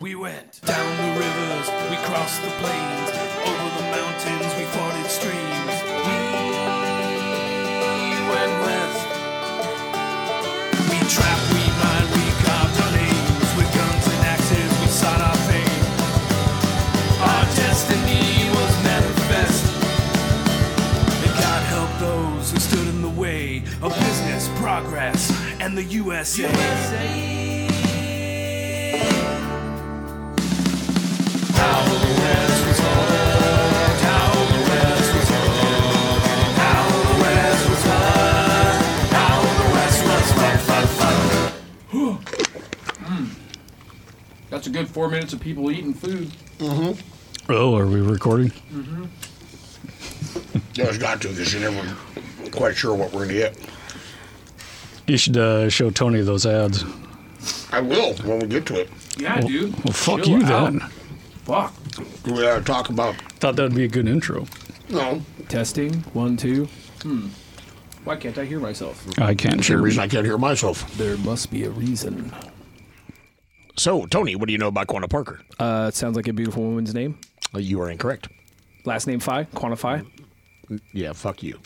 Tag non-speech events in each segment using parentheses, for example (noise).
We went down the rivers, we crossed the plains, over the mountains, we forded streams. We went west. We trapped, we mined, we carved our names with guns and axes. We sought our fame. Our destiny was manifest. And God help those who stood in the way of business, progress, and the USA. How the West was loved. How the West was loved. How the West was loved. How the West was loved, loved, loved. That's a good four minutes of people eating food. Oh, are we recording? Yeah, it's got to because you're never quite sure what we're going to get. You should uh, show Tony those ads. I will when we get to it. Yeah, dude. Well, fuck Chill you out. then. Fuck. We got to talk about, Thought that'd be a good intro. no, Testing. One, two. Hmm. Why can't I hear myself? I can't the share. reason I can't hear myself. There must be a reason. So, Tony, what do you know about Quanah Parker? Uh, it sounds like a beautiful woman's name. Uh, you are incorrect. Last name Phi. Quantify. Yeah, fuck you.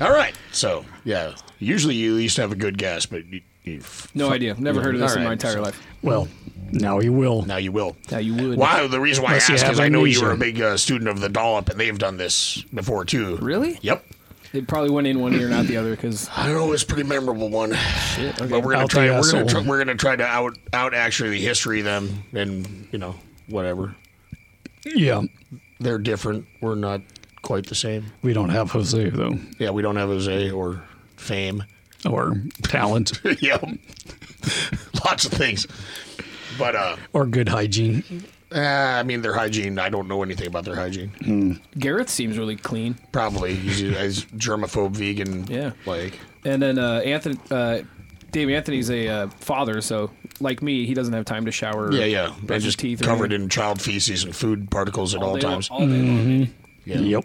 (laughs) All right. So, yeah, usually you used to have a good guess, but you, you No idea. Never heard of this All in my right, entire so- life. Well, now he will. now you will. Now you would. Wow, the reason why Unless I you asked have is I know you amnesia. were a big uh, student of the dollop, and they've done this before too. Really? Yep. It probably went in one ear, not the other, (sighs) because I don't know. It's a pretty memorable one. okay. But we're gonna Out the try. We're gonna, asshole. try we're gonna try to out out actually the history of them, and you know whatever. Yeah, They're different. We're not quite the same. we don't have Jose though, Yeah, we don't have Jose or fame. (laughs) or talent, (laughs) yep. (laughs) Lots of things. But uh, or good hygiene. eh, I mean, their hygiene. I don't know anything about their hygiene. Garrett seems really clean. Probably (laughs) he's, he's germaphobe, vegan. Yeah. Like And then uh, Anthony, uh, Dave Anthony's a uh, father, so like me, he doesn't have time to shower. or yeah, yeah. brush And his just teeth or covered anything. in child feces and food particles at all, day long- times. Mm-hmm. all day long. Yeah. Yep.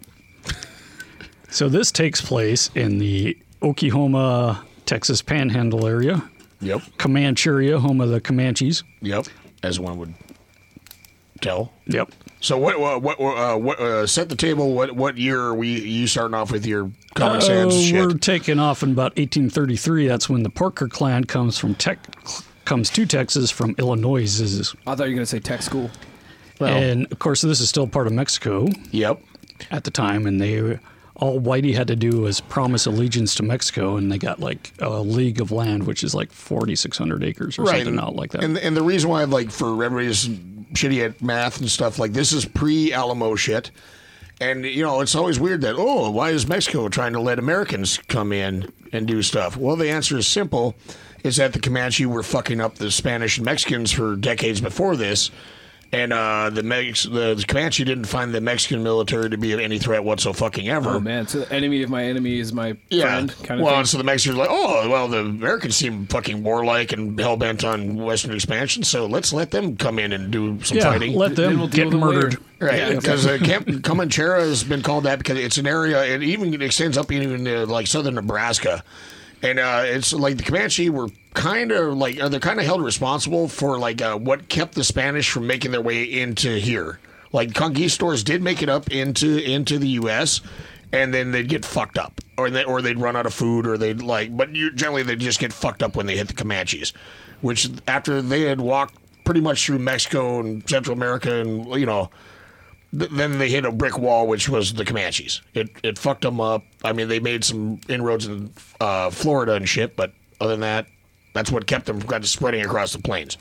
so this takes place in the Oklahoma, Texas Panhandle area, Yep. Comancheria, home of the Comanches. Yep. As one would tell. Yep. So what what what, uh, what uh, set the table? What what year are we you starting off with your common sense Oh, shit? We're taking off in about 1833. That's when the Parker clan comes from Tech, comes to Texas from Illinois. I thought you were gonna say tech school. Well, And of course, this is still part of Mexico yep. at the time, and they all Whitey had to do was promise allegiance to Mexico, and they got like a league of land, which is like 4,600 acres or something out like that. And and the reason why like for everybody's shitty at math and stuff like this is pre Alamo shit. And you know it's always weird that oh why is Mexico trying to let Americans come in and do stuff? Well, the answer is simple: is that the Comanche were fucking up the Spanish and Mexicans for decades before this, and uh, the Mex the Comanche didn't find the Mexican military to be of any threat whatsoever. ever. Oh man, so the enemy of my enemy is my friend. Kind of well, thing. and so the Mexicans are like, oh, well, the Americans seem fucking warlike and hell bent on Western expansion, so let's let them come in and do some yeah, fighting. let Then them we'll deal get with it murdered. later. Right, because uh, Camp Comanchera has been called that because it's an area, it even extends up even to like southern Nebraska, and uh, it's like the Comanche were kind of like uh, they're kind of held responsible for like uh, what kept the Spanish from making their way into here. Like conquistadors did make it up into into the U.S. and then they'd get fucked up, or they or they'd run out of food, or they'd like, but you, generally they would just get fucked up when they hit the Comanches, which after they had walked pretty much through Mexico and Central America and you know th- then they hit a brick wall, which was the Comanches. It it fucked them up. I mean, they made some inroads in uh, Florida and shit, but other than that, that's what kept them from kind of spreading across the plains.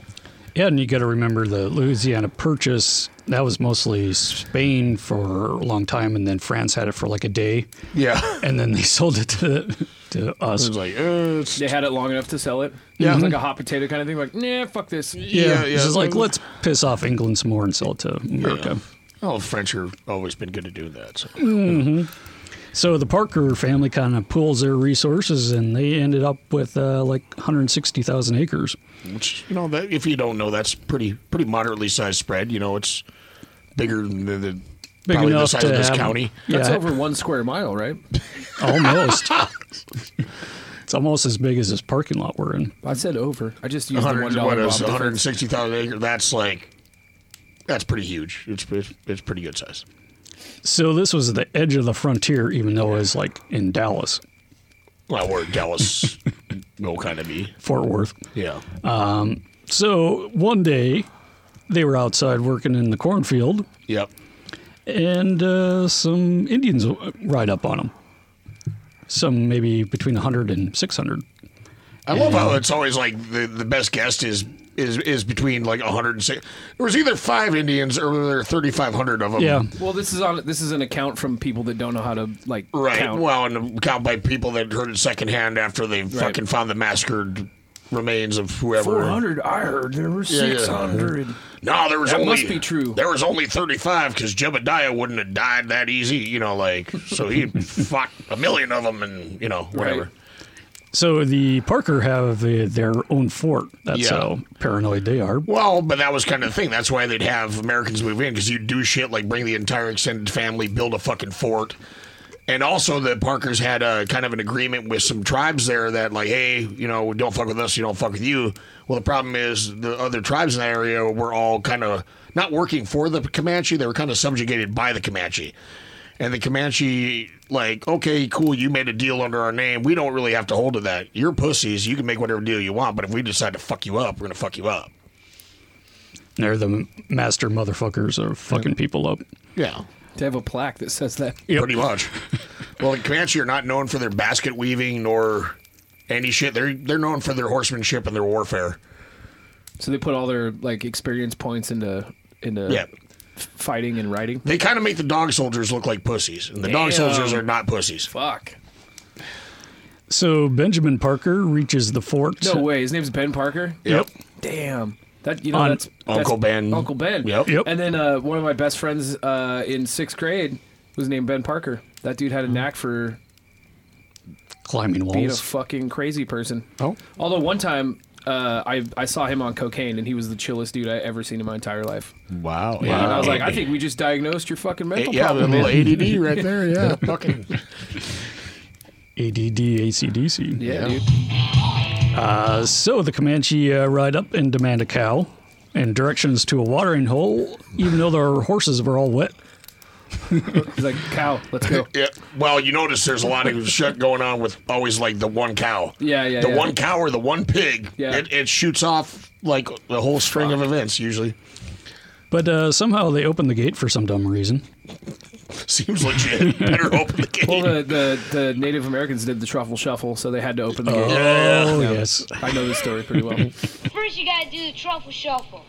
Yeah, and you got to remember the Louisiana Purchase. That was mostly Spain for a long time, and then France had it for like a day, (laughs) Yeah, and then they (laughs) sold it to, to us. it was like uh, it's, they had it long enough to sell it. Yeah, it was like a hot potato kind of thing. Like, nah, fuck this. Mm-hmm. yeah, This yeah. is like let's piss off England some more and sell it to America. oh, French are always been good at doing that. So. So the Parker family kind of pools their resources, and they ended up with uh, like 160,000 acres. Which you know, that, if you don't know, that's pretty pretty moderately sized spread. You know, it's bigger than the, the Big probably the enough size to of this have- county. That's yeah, (laughs) over one square mile, right? almost. It's almost as big as this parking lot we're in. I said over. I just used the one 100, what dollar is it, 160,000 acres? That's like, that's pretty huge. It's, it's, it's pretty good size. So this was the edge of the frontier, even though it was like in Dallas, Well, (laughs) or Dallas will kind of be. Uh, Fort Worth. Yeah. So one day, they were outside working in the cornfield, yep. and uh, some Indians w- ride up on them. Some maybe between 100 and 600. I love how it's always like the, the best guess is is is between like 106. There was either five Indians or there were 3,500 of them. Yeah, Well, this is on. This is an account from people that don't know how to like Right. count. Well, and count by people that heard it secondhand after they fucking found the massacred remains of whoever. Four hundred. I heard there were Yeah, yeah. six hundred. No, there was That only must be true. There was only thirty five because Jebediah wouldn't have died that easy, you know. Like so, he (laughs) fought a million of them, and you know whatever. Right. So the Parker have uh, their own fort. That's Yeah. how paranoid they are. Well, but that was kind of the thing. That's why they'd have Americans move in because you do shit like bring the entire extended family, build a fucking fort. And also, the Parkers had a kind of an agreement with some tribes there that, like, hey, you know, don't fuck with us, you don't fuck with you. Well, the problem is the other tribes in that area were all kind of not working for the Comanche; they were kind of subjugated by the Comanche. And the Comanche, like, okay, cool, you made a deal under our name. We don't really have to hold to that. You're pussies. You can make whatever deal you want, but if we decide to fuck you up, we're gonna fuck you up. They're the master motherfuckers of fucking people up. Yeah. To have a plaque that says that. (laughs) Pretty much. well, the Comanche are not known for their basket weaving nor any shit. They're they're known for their horsemanship and their warfare. So they put all their like experience points into into Yeah. f- fighting and riding. They kind of make the dog soldiers look like pussies, and the dog Damn. soldiers are not pussies. Fuck. So Benjamin Parker reaches the fort. No way. His name's Ben Parker. Yep. Damn. That you know On that's that's- Uncle Ben. Uncle Ben. Yep. Yep. And then uh, one of my best friends uh, in sixth grade was named Ben Parker. That dude had a knack for Climbing being a walls. fucking crazy person. oh. Although one time uh, I I saw him on cocaine and he was the chillest dude I ever seen in my entire life. Wow. And I was like, I think we just diagnosed your fucking mental yeah, the problem. man. little (laughs) ADD right there. Yeah, fucking. ADD, ACDC. yeah, dude. Uh, so the Comanche uh, ride up and demand a cow and directions to a watering hole, even though their horses were all wet. He's like, cow, let's (laughs) go. Yeah. Well, you notice there's a lot of shit going on with always like the one cow. Yeah, yeah, The yeah. one cow or the one pig. Yeah. It, it shoots off like the whole string of events usually. (laughs) But uh, somehow they opened the gate for some dumb reason. (laughs) Seems legit. Better open the gate. Well, the, the, the Native Americans did the truffle shuffle, so they had to open the gate. Oh, yes. I know this story pretty (laughs) well. First, you gotta do the truffle shuffle.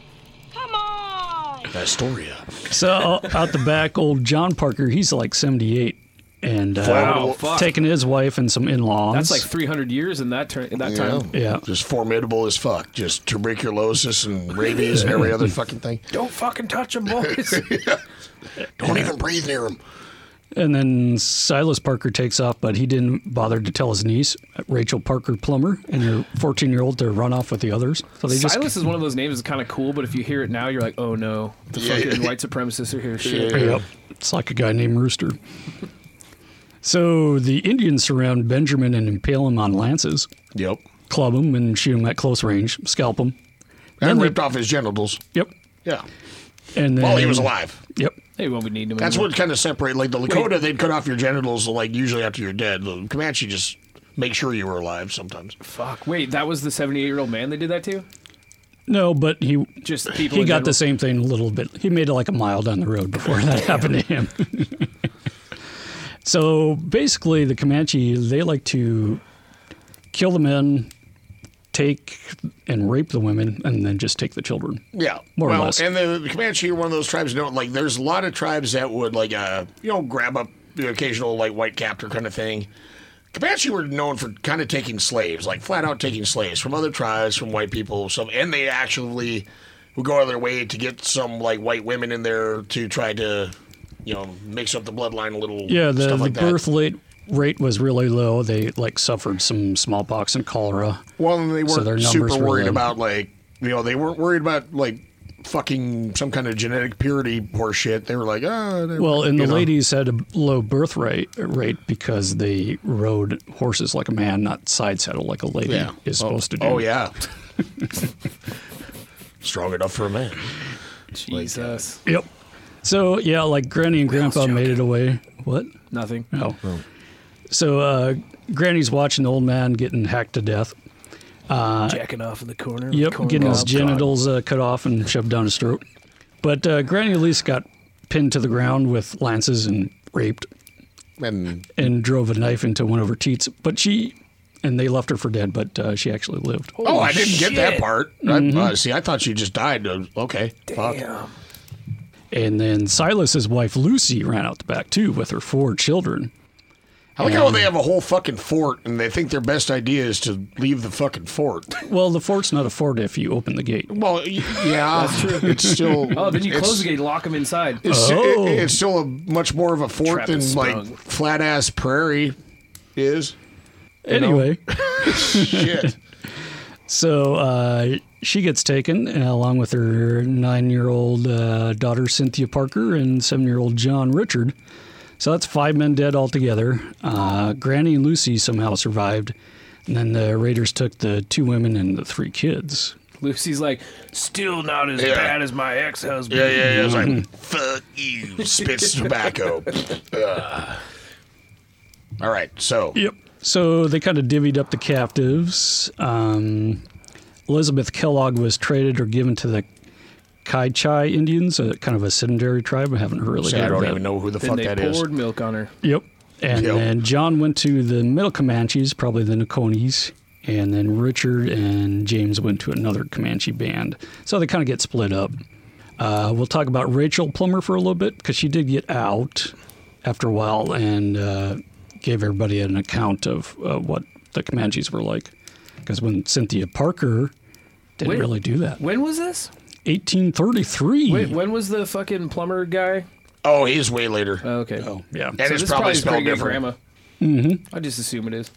Come on! Astoria. So out the back, old John Parker, he's like 78 and uh, Wow, fuck. taking his wife and some in laws. That's like 300 years in that, tur- in that time. Yeah. Just formidable as fuck. Just tuberculosis and rabies and every other fucking thing. Don't fucking touch them, (laughs) boys. Don't even breathe near him. And then Silas Parker takes off, but he didn't bother to tell his niece, Rachel Parker Plummer, and her 14 year old to run off with the others. So they just. Silas is one of those names that's kind of cool, but if you hear it now, you're like, oh no, the Yeah, fucking yeah. white supremacists are here. Shit. Yep. It's like a guy named Rooster. (laughs) So the Indians surround Benjamin and impale him on lances, Yep. club him, and shoot him at close range, scalp him. And they- ripped off his genitals. Yep. Yeah. And then, While he was alive. Yep. Hey, well, we need them. That's anymore. what kind of separate like the Lakota, they'd cut off your genitals like usually after you're dead. The Comanche just make sure you were alive sometimes. Fuck. Wait, that was the 78 year old man they did that to? No, but he Just people. he in got the general? same thing a little bit. He made it like a mile down the road before (laughs) that happened to him. (laughs) so basically, the Comanche they like to kill the men, take and rape the women, and then just take the children. Yeah, More or well, less. and the, the Comanche are one of those tribes. Don't like. There's a lot of tribes that would like, uh, you know, grab up the occasional like white captor kind of thing. Comanche were known for kind of taking slaves, like flat out taking slaves from other tribes, from white people. So, and they actually would go out of their way to get some like white women in there to try to, you know, mix up the bloodline a little. Yeah, the, stuff the like that. birth rate rate was really low. They like suffered some smallpox and cholera. Well, and they their weren't numbers super were worried low. about like you know they weren't worried about like fucking some kind of genetic purity horseshit. They were like, ah, they Well, and the you know. ladies had a low birth rate rate because they rode horses like a man, not side saddle like a lady Yeah. is supposed to do. Oh yeah. Strong enough for a man. Jesus. Yep. So yeah, like Granny and Grandpa made it away. What? Nothing. Oh. So uh, Granny's watching the old man getting hacked to death. Jacking off in the corner. Yep, Corn getting his cob. genitals uh, cut off and shoved down his throat. But uh, Granny at least got pinned to the ground with lances and raped And and drove a knife into one of her teats. But she, and they left her for dead, but uh, she actually lived. oh, I didn't get that shit. part. I, uh, see, I thought she just died. Uh, Okay, fuck. Damn. And then Silas's wife Lucy ran out the back too with her four children. I like how they have a whole fucking fort, and they think their best idea is to leave the fucking fort. (laughs) Well, the fort's not a fort if you open the gate. Well, y- yeah, that's true. It's (laughs) still. Oh, then you it's- close the gate, lock him inside. It's, Oh. it- it's still a much more of a fort Trap than is sprung. like flat ass prairie is. Anyway, Shit. so uh, she gets taken uh, along with her nine-year-old uh, daughter Cynthia Parker and seven-year-old John Richard. So that's five men dead altogether. Uh, Granny and Lucy somehow survived, and then the raiders took the two women and the three kids. Lucy's like, still not as Yeah. bad as my ex husband. yeah, yeah, yeah. It's like fuck you, spits tobacco. Ugh. All right, so Yep. So they kind of divvied up the captives. Um, Elizabeth Kellogg was traded or given to the Kai Chai Indians, a kind of a sedentary tribe. I haven't really See, I heard of don't that. even know who the Then fuck they that is. poured milk on her. Yep. And Yep. then John went to the Middle Comanches, probably the Nakonis, and then Richard and James went to another Comanche band. So they kind of get split up. Uh, we'll talk about Rachel Plummer for a little bit because she did get out after a while and uh, gave everybody an account of uh, what the Comanches were like. Because when Cynthia Parker didn't Wait. really do that, When was this? 1833. Wait, when was the fucking plumber guy? Oh, he's way later. Oh, okay. Oh, yeah. and this it's probably is pretty spelled good different. Grandma. Mm-hmm. I just assume it is.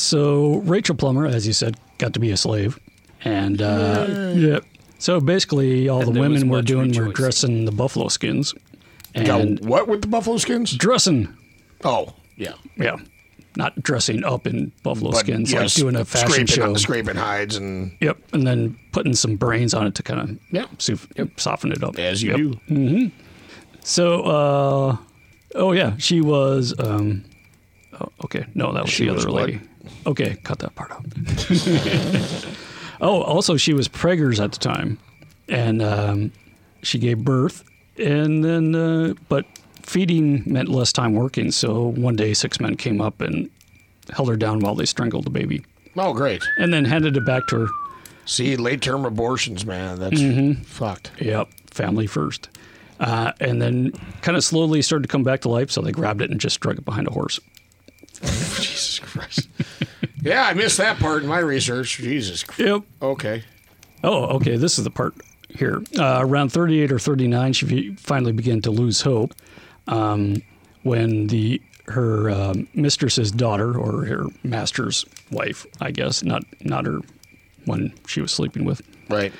So Rachel Plummer, as you said, got to be a slave, and uh, yeah. So basically, all the there was women were much doing were rejoicing. dressing the buffalo skins, and Got what with the buffalo skins? dressing, Oh, yeah. yeah, not dressing up in buffalo But, skins, yeah, like doing a fashion scraping, show. scraping hides, and Yep, and then putting some brains on it to kind of Yeah. soften it up as you Yep. do. So, uh, oh yeah, she was. Um, oh, okay, no, that was She the was other what? lady. Okay, cut that part out. (laughs) oh, also, she was preggers at the time, and um, she gave birth, and then uh, but feeding meant less time working. So one day, six men came up and held her down while they strangled the baby, Oh, great. and then handed it back to her. See, late term abortions, man. That's fucked. Yep, family first. Uh, and then kind of slowly started to come back to life, so they grabbed it and just drug it behind a horse. Jesus Christ. (laughs) yeah, I missed that part in my research. Jesus. Christ. Yep. Okay. Oh, okay. This is the part here. Uh, around 38 or 39, she fe- finally began to lose hope um, when the her um mistress's daughter or her master's wife, I guess, not not her one she was sleeping with, Right.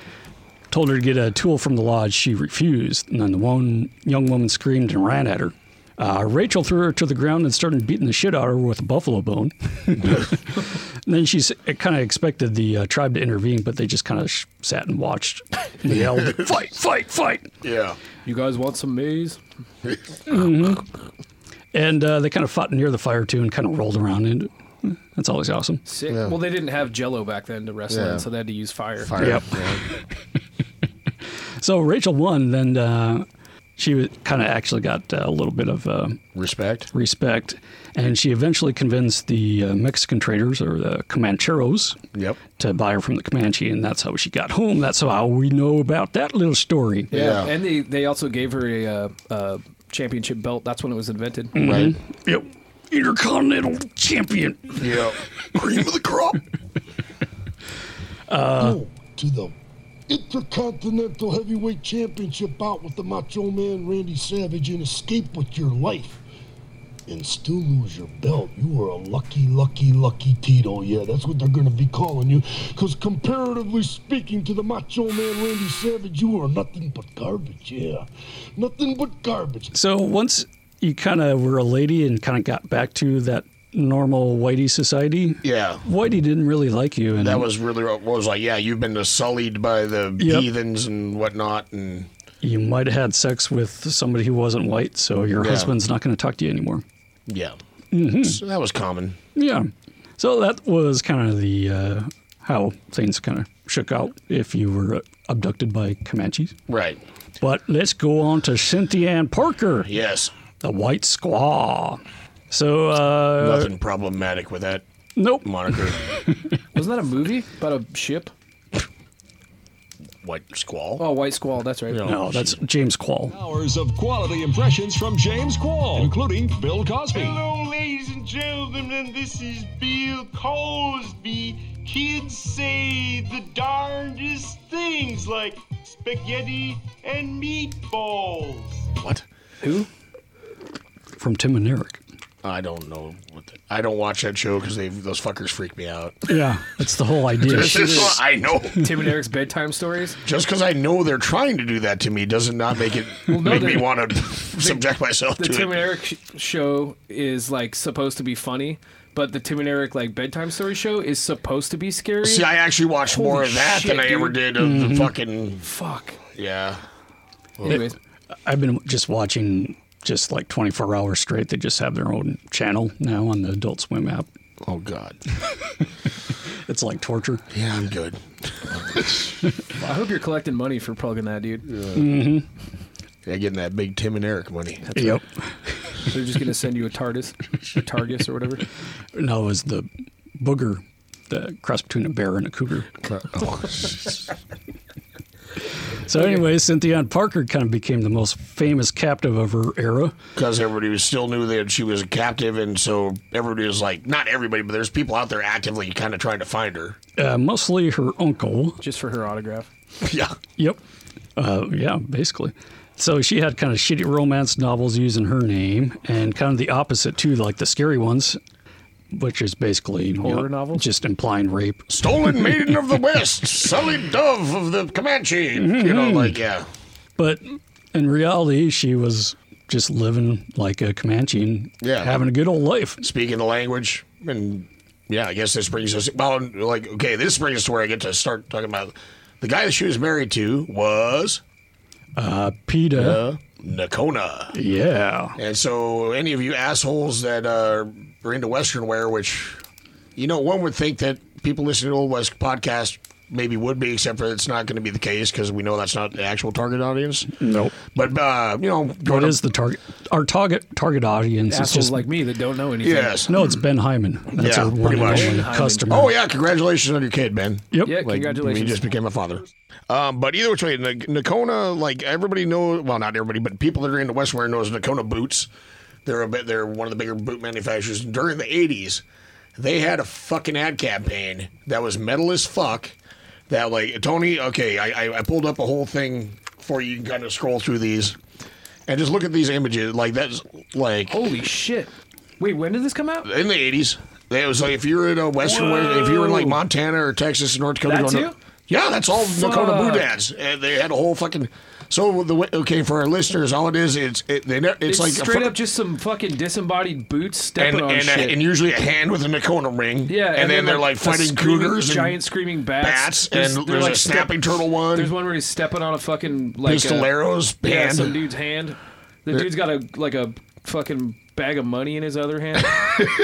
told her to get a tool from the lodge. She refused, and then the one young woman screamed and ran at her. Uh, Rachel threw her to the ground and started beating the shit out of her with a buffalo bone. and then she kind of expected the uh, tribe to intervene, but they just kind of sh- sat and watched and yelled, "Fight! Fight! Fight!" Yeah. You guys want some maize? And uh, they kind of fought near the fire too, and kind of rolled around. And that's always awesome. Sick. Well, they didn't have Jello back then to wrestle Yeah. in, so they had to use fire. Fire. Yep. (laughs) So Rachel won. Then uh, she kind of actually got uh, a little bit of. Uh, Respect. respect. And she eventually convinced the uh, Mexican traders or the Comancheros Yep. to buy her from the Comanche, and that's how she got home. That's how we know about that little story. Yeah. And they, they also gave her a, uh, uh championship belt. That's when it was invented. Mm-hmm. Right. Yep. Intercontinental champion. Yeah. Cream of the crop. go to the Intercontinental Heavyweight Championship bout with the Macho Man Randy Savage and escape with your life. and still lose your belt, you are a lucky, lucky, lucky Tito. Yeah, that's what they're going to be calling you. Because comparatively speaking to the macho man Randy Savage, you are nothing but garbage. Yeah, nothing but garbage. So once you kind of were a lady and kind of got back to that normal whitey society, Yeah. whitey didn't really like you. And Mm-hmm. That was really what was like. Yeah, you've been sullied by the Yep. heathens and whatnot, and you might have had sex with somebody who wasn't white, so your Yeah. husband's not going to talk to you anymore. yeah, Mm-hmm. so that was common. Yeah. So that was kind of the uh, how things kind of shook out if you were abducted by Comanches. Right. But let's go on to Cynthia Ann Parker, Yes. the White Squaw. So, uh, Nothing problematic with that nope. moniker. (laughs) Wasn't that a movie about a ship? White squall. Oh, White Squall. That's right. No, that's James Quall. Hours of quality impressions from James Quall, including Bill Cosby. Hello, ladies and gentlemen. This is Bill Cosby. Kids say the darndest things like spaghetti and meatballs. Oh. What? Who? From Tim and Eric. I don't know. What the, I don't watch that show because those fuckers freak me out. Yeah, that's the whole (laughs) idea. Just- I know. Tim and Eric's bedtime (laughs) stories. Just because I know they're trying to do that to me doesn't not (laughs) make it no, make me they- want to (laughs) subject myself The to Tim it. and Eric sh- show is like supposed to be funny, but the Tim and Eric like bedtime story show is supposed to be scary. See, I actually watched more Holy of that shit, than Mm-hmm. I ever did of the fucking Fuck. yeah. Anyways, I've been just watching just like 24 hours straight. They just have their own channel now on the Adult Swim app. Oh God. It's like torture. Yeah, I'm good. I hope you're collecting money for plugging that, dude. Yeah, getting that big Tim and Eric money. Yep. They're just gonna send you a TARDIS, (laughs) a Targus, or whatever. No, it was the booger, the cross between a bear and a cougar. So, anyway, Cynthia Ann Parker kind of became the most famous captive of her era. (laughs) because everybody was still knew that she was a captive, and so everybody was like, not everybody, but there's people out there actively kind of trying to find her. Uh, mostly her uncle. Just for her autograph. (laughs) yeah, Yep. Uh, yeah, basically. So she had kind of shitty romance novels using her name, and kind of the opposite too, like the scary ones, which is basically you Horror novels? just implying rape. stolen maiden of the west, sullied dove of the Comanche. You know, like yeah, But in reality, she was just living like a Comanche and Yeah. having a good old life. speaking the language, and yeah, I guess this brings us well, like okay, this brings us to where I get to start talking about the guy that she was married to was PETA. uh, Nakona. Yeah. And so, any of you assholes that uh, are into Western wear, which, you know, one would think that people listening to Old West podcast maybe would be, except for it's not going to be the case because we know that's not the actual target audience. Nope. But, uh, you know, What is the target? Our target target audience is Assholes just like me that don't know anything. Yes. no. It's Ben Hyman. That's Yeah, our pretty one and much. only Ben Hyman. customer. Oh, yeah. Congratulations on your kid, man. Yep. Yeah, congratulations. He just became a father. Um, but either which way, N- Nakona, like everybody knows, well, not everybody, but people that are into Western wear knows Nakona boots. They're a bit, they're one of the bigger boot manufacturers. And During the '80s, they had a fucking ad campaign that was metal as fuck. That like Tony, okay, I, I, I pulled up a whole thing for you. You can kind of scroll through these and just look at these images. Like that's like Holy shit. Wait, when did this come out? in the eighties. It was like if you were in a western, if you were in like Montana or Texas or North Dakota, That going too? to, yeah, that's all Dakota Fuck. Blue Dads. And they had a whole fucking. So the way- okay for our listeners, all it is, it's it, they, ne- it's, It's, like a straight fu- up just some fucking disembodied boots stepping and on and, a- shit. and usually a hand with a Nakona ring. yeah, and, then, they're like, a fighting screaming- cougars, and giant screaming bats, bats, and they're there's a step- snapping turtle one. There's one where he's stepping on a fucking like a, Pistolero's yeah, band. some dude's hand. The dude's got a like a fucking bag of money in his other (laughs) hand,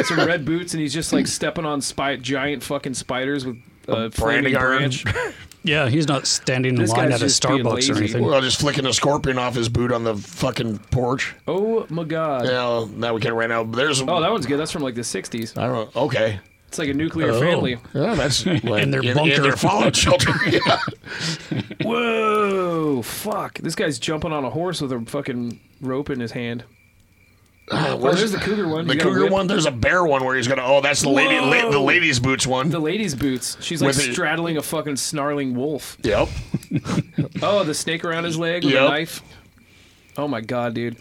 some red boots, and he's just like stepping on spy- giant fucking spiders with uh, flaming branding iron. branch. Yeah, he's not standing in This line guy's at a just being Starbucks or lazy. anything. well, just flicking a scorpion off his boot on the fucking porch. Oh my god! Now, now we can right now. There's Oh, that one's good. That's from like the '60s. I don't know. Okay. It's like a nuclear Oh. family. (laughs) Yeah, that's like, their in, bunker. in (laughs) their fallout shelter. (laughs) Yeah. Whoa! Fuck! This guy's jumping on a horse with a fucking rope in his hand. Uh, Oh, where's- there's the cougar one. the You got a cougar whip. one. There's a bear one where he's gonna. Oh, that's the lady. La- the ladies' boots one. The lady's boots. She's like With it- straddling a fucking snarling wolf. yep. Oh, the snake around his leg with a Yep. knife. Oh my god, dude.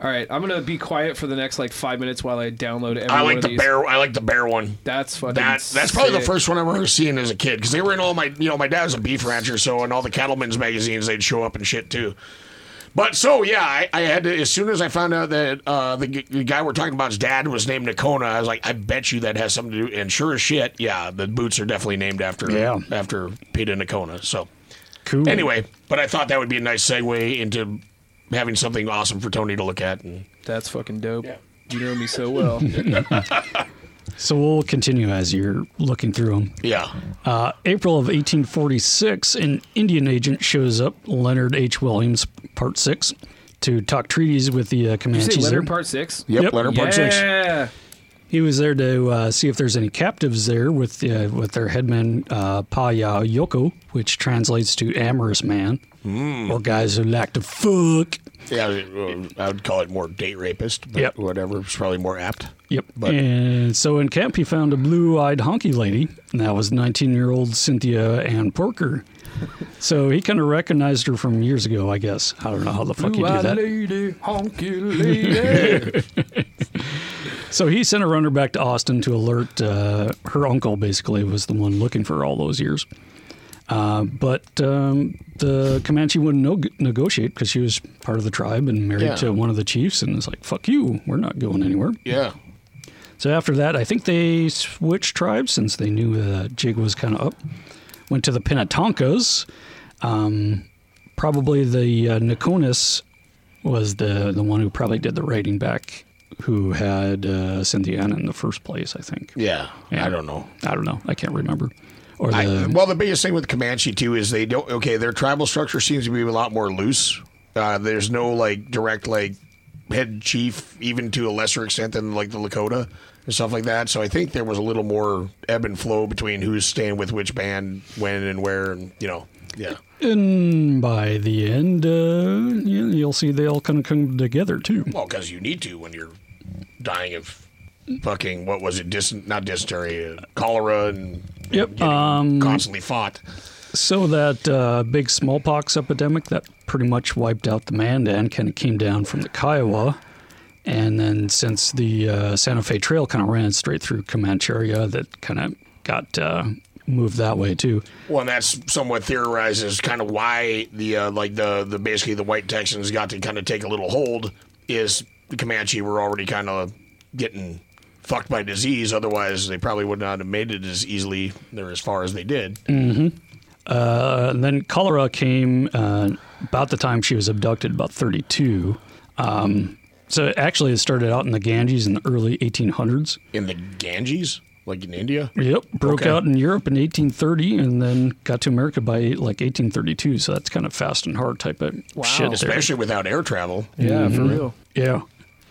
All right, I'm gonna be quiet for the next like five minutes while I download every I one like of the these. bear. I like the bear one. That's fucking. That that's probably the sick. first one I remember seeing as a kid because they were in all my you know my dad was a beef rancher so in all the cattlemen's magazines they'd show up and shit too. But so yeah, I, I had to as soon as I found out that uh, the, g- the guy we're talking about's dad was named Nakona, I was like, I bet you that has something to do. And sure as shit, yeah, the boots are definitely named after Yeah. after Peter Nakona. So Cool. anyway, but I thought that would be a nice segue into having something awesome for Tony to look at. And That's fucking dope. You know me so (laughs) well. So we'll continue as you're looking through them. yeah, Uh, April of 1846, an Indian agent shows up, Leonard H. Williams, Part 6, to talk treaties with the uh, you Comanches. say there. Leonard Part Six? yep, Yep. Leonard yeah. Part Six. He was there to uh, see if there's any captives there with uh, with their headman uh, Paya Yoko, which translates to amorous man, or guys who like to fuck. Yeah, uh, I would call it more date rapist, but Yep. whatever. It's probably more apt. Yep. But- and so in camp, he found a blue eyed honky lady, and that was 19 year old Cynthia Ann Porker. so he kind of recognized her from years ago, I guess. I don't know how the fuck you do Blue-eyed that. lady, honky lady. (laughs) So he sent a runner back to Austin to alert uh, her uncle, basically, was the one looking for her all those years. Uh, but um, the Comanche wouldn't no- negotiate because she was part of the tribe and married Yeah. to one of the chiefs, and it's like, fuck you, we're not going anywhere. Yeah. So after that, I think they switched tribes since they knew uh, Jig was kind of up. Went to the Penatonkas. Um, probably the uh, Nakonis was the, the one who probably did the writing back, who had uh, Cynthia Ann in the first place, I think. Yeah. Yeah. I don't know. I don't know. I can't remember. Or the, I, well, the biggest thing with Comanche too is they don't. Okay, their tribal structure seems to be a lot more loose. Uh, there's no like direct like head chief, even to a lesser extent than like the Lakota and stuff like that. So I think there was a little more ebb and flow between who's staying with which band, when and where, and you know. Yeah. and by the end, uh, you you'll see they all kind of come together too. Well, because you need to when you're dying of fucking what was it? Dysen- not dysentery, uh, cholera, and Yep. getting Um, constantly fought. So that uh, big smallpox epidemic that pretty much wiped out the Mandan kind of came down from the Kiowa, and then since the uh, Santa Fe Trail kind of ran straight through Comanche area, that kind of got uh, moved that way too. Well, and that's somewhat theorizes kind of why the uh, like the the basically the white Texans got to kind of take a little hold is the Comanche were already kind of getting fucked by disease. Otherwise, they probably would not have made it as easily there as far as they did. And then cholera came uh, about the time she was abducted, about 32. Um, so actually, it started out in the Ganges in the early 1800s. In the Ganges, like in India. Yep, broke Okay. out in Europe in 1830 and then got to America by like 1832. So that's kind of fast and hard type of shit. There. Especially without air travel. Yeah, Mm-hmm. for real. Yeah.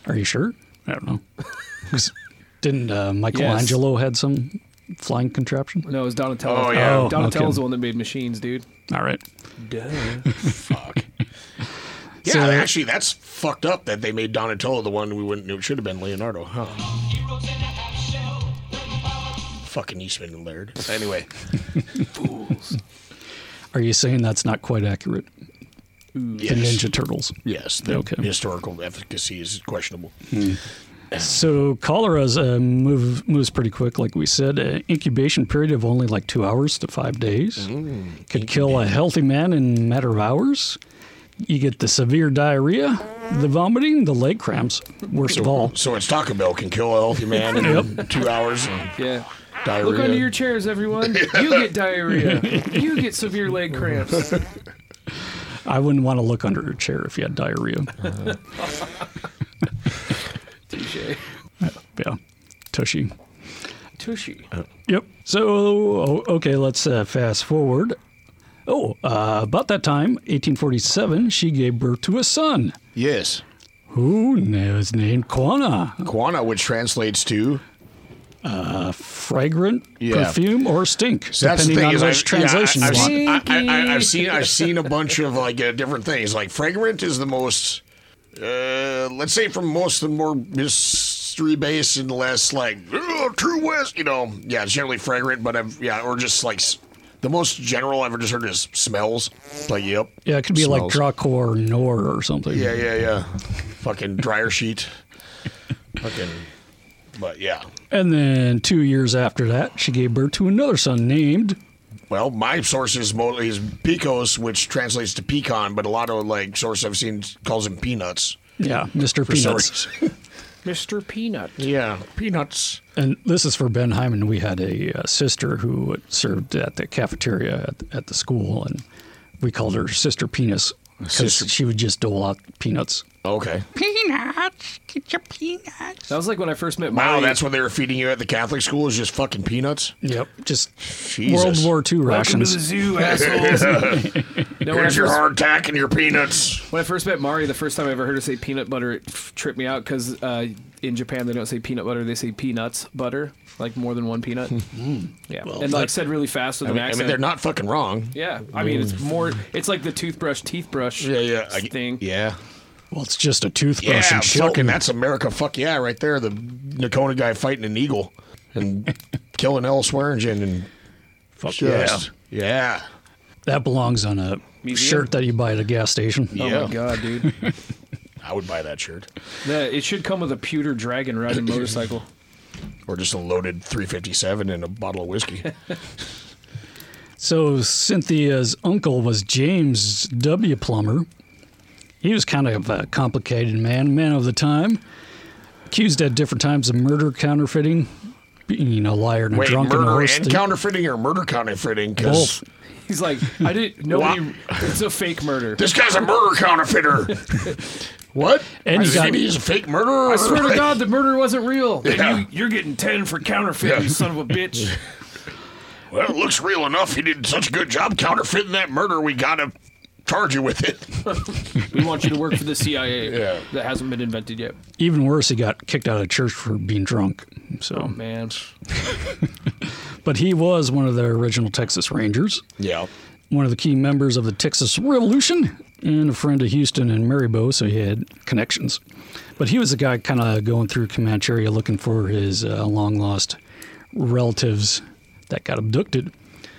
Are you sure? I don't (laughs) know. 'Cause Didn't uh, Michelangelo had some flying contraption? No, it was Donatello. Oh, yeah. Oh, Donatello's okay. the one that made machines, dude. All right. Yeah, So- actually, that's fucked up that they made Donatello the one we wouldn't knew it should have been Leonardo, huh? Fucking Eastman and Laird. Anyway, (laughs) Are you saying that's not quite accurate? yes, The Ninja Turtles. yes, the Okay. historical efficacy is questionable. So cholera's uh, move moves pretty quick, like we said. Uh, incubation period of only like two hours to five days could kill a healthy man in a matter of hours. You get the severe diarrhea, the vomiting, the leg cramps. Worst of (laughs) all, So it's Taco Bell can kill a healthy man in two hours and Yeah. diarrhea. Look under your chairs, (laughs) everyone. You get diarrhea. You get severe leg (laughs) cramps. I wouldn't want to look under a chair if you had diarrhea. Touche. Yeah, tushy. Tushy. Yep. So, o- okay, let's uh, fast forward. Oh, uh, about that time, 1847, she gave birth to a son yes, who was named Quana. Quana, which translates to fragrant Yeah. perfume or stink, So that's the depending thing on is which I've, translation yeah, I- I've, you want. seen, I, I, I, I've seen I've seen a bunch of like uh, different things. Like fragrant is the most, uh, let's say, from most of the more mystery based and less like "Ugh, true west. You know, yeah, it's generally fragrant, but I've yeah, or just like s- the The most general I've ever just heard is smells. Like, yep. Yeah, it could be Smells. like Dracor Nor or something. Yeah, yeah, yeah. Fucking dryer sheet. Fucking. But yeah. And then two years after that, she gave birth to another son named. Well, my source is mostly is Picos, which translates to pecan, but a lot of like source I've seen calls them peanuts. Yeah, Mr. For some Peanuts. reason. (laughs) Mr. Peanut. yeah, peanuts. And this is for Ben Hyman. We had a uh, sister who served at the cafeteria at, at the school, and we called her Sister Penis because Sister- she would just dole out peanuts. Okay. That was like when I first met Wow, Molly. that's what they were feeding you at the Catholic school is just fucking peanuts. Yep, just Jesus. World War Welcome to II rations. the (laughs) zoo, assholes. no, when I, Here's your first, hardtack and your peanuts. when I first met Mari, the first time I ever heard her say peanut butter, it f- tripped me out because uh, in Japan they don't say peanut butter; they say peanuts butter, like more than one (laughs) peanut. yeah, and like said really fast with Hmm. I an mean, I accent. mean, they're not fucking wrong. Yeah, I mean it's more. It's like the toothbrush, teeth brush. Yeah, yeah. I- thing. Yeah. well, it's just a toothbrush Yeah, and shit. fucking that's America. Fuck yeah, right there. The Nakona guy fighting an eagle and (laughs) killing L. Swearingen and Fuck just yeah, That belongs on a Museum? shirt that you buy at a gas station. yeah. Oh my god, (laughs) dude! I would buy that shirt That- it should come with a pewter dragon riding motorcycle. or just a loaded 357 and a bottle of whiskey. So Cynthia's uncle was James W. Plummer. He was kind of a complicated man, man of the time, accused at different times of murder, counterfeiting, being a liar and a (laughs) Wait, drunken murder horse and thief. counterfeiting or murder counterfeiting? Because Both. He's like, I didn't. (laughs) Nobody. it's a fake murder. this guy's a murder counterfeiter. (laughs) what? And he Does got- mean he's a fake murderer. I swear (laughs) to God, the murder wasn't real. Yeah. And you, you're getting ten for counterfeit, Yeah. you son of a bitch. Well, it looks real enough. He did such a good job counterfeiting that murder. We gotta charge you with it. We want you to work for the CIA. (laughs) Yeah. That hasn't been invented yet. Even worse, he got kicked out of church for being drunk. So, Man, but he was one of the original Texas Rangers, Yeah. one of the key members of the Texas Revolution, and a friend of Houston and Marybo, so he had connections. But he was the guy kind of going through Comanche area looking for his uh, long lost relatives that got abducted.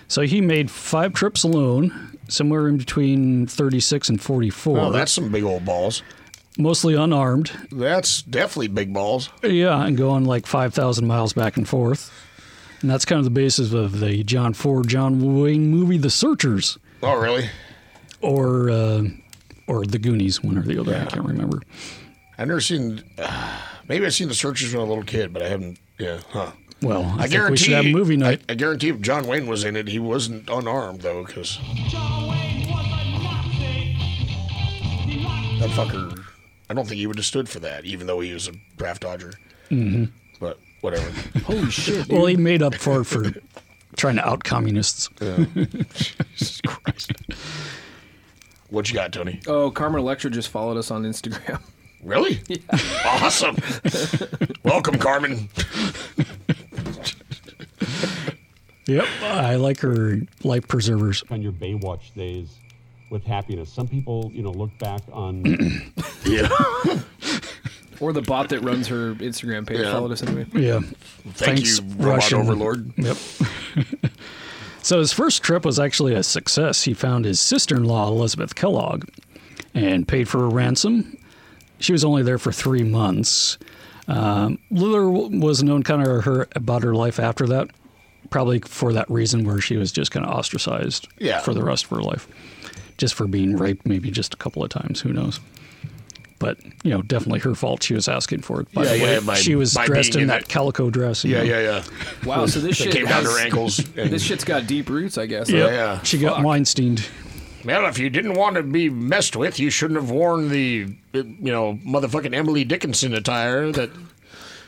So he made five trips alone, somewhere in between 36 and 44. Well, that's some big old balls. mostly unarmed. That's definitely big balls. Yeah, and going like 5,000 miles back and forth. And that's kind of the basis of the John Ford, John Wayne movie, The Searchers, Oh, really? or uh, or The Goonies, one or the other. I can't remember. I've never seen. uh, maybe I've seen The Searchers when I was a little kid, but I haven't. Yeah, huh? Well, I, I, think guarantee we should have movie night. I, I guarantee if John Wayne was in it, he wasn't unarmed though, because John Wayne was a Nazi. He liked that fucker. I don't think he would have stood for that, even though he was a draft dodger. Mm-hmm. But (laughs) whatever. holy shit! well, he made up for it for trying to out communists. Jesus Christ. What you got, Tony? Oh, Carmen Electra just followed us on Instagram. (laughs) Really? (laughs) Awesome. Welcome, Carmen. Yep, I like her life preservers. on your Baywatch days with happiness. Some people, you know, look back (clears throat) on Yeah. Or the bot that runs her Instagram page Yeah. followed us anyway. Yeah. Thank Thanks, you, robot Russian. overlord. Yep. so his first trip was actually a success. He found his sister in law, Elizabeth Kellogg, and paid for a ransom. She was only there for three months. Um, little was known kind of her about her life after that, probably for that reason where she was just kind of ostracized Yeah. for the rest of her life, just for being raped, maybe just a couple of times. Who knows? But you know, definitely her fault. She was asking for it. By Yeah, the way, yeah, by- she was by dressed being in in that it. calico dress. you Yeah, know. yeah, yeah. Wow, so this shit Came down to her has- ankles. and- This shit's got deep roots, I guess. Yep. Yeah. She got Weinsteined. Well, if you didn't want to be messed with, you shouldn't have worn the, uh, you know, motherfucking Emily Dickinson attire that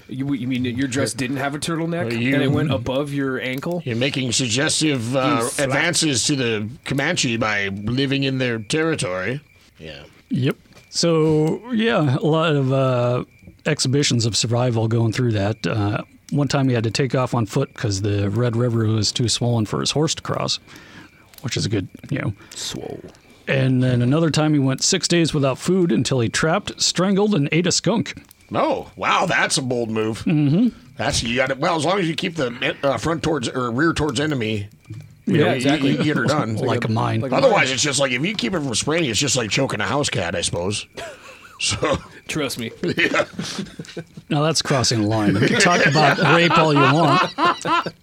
You, you mean that your dress didn't have a turtleneck You- and it went above your ankle? you're making suggestive uh, slap. advances to the Comanche by living in their territory. Yeah. Yep. So yeah, a lot of uh, exhibitions of survival going through that. Uh, one time he had to take off on foot because the Red River was too swollen for his horse to cross, which is a good, you know. Swole. And then another time he went six days without food until he trapped, strangled, and ate a skunk. Oh, wow, that's a bold move. Mm-hmm. That's you got it. Well, as long as you keep the uh, front towards or rear towards enemy You know, Yeah, you- exactly. You, get her (laughs) done. Like a mine. Like a Otherwise, mine. it's just like if you keep it from spraying, it's just like choking a house cat, I suppose. So Trust (laughs) me. yeah, Now that's crossing the line. You can talk about rape all you want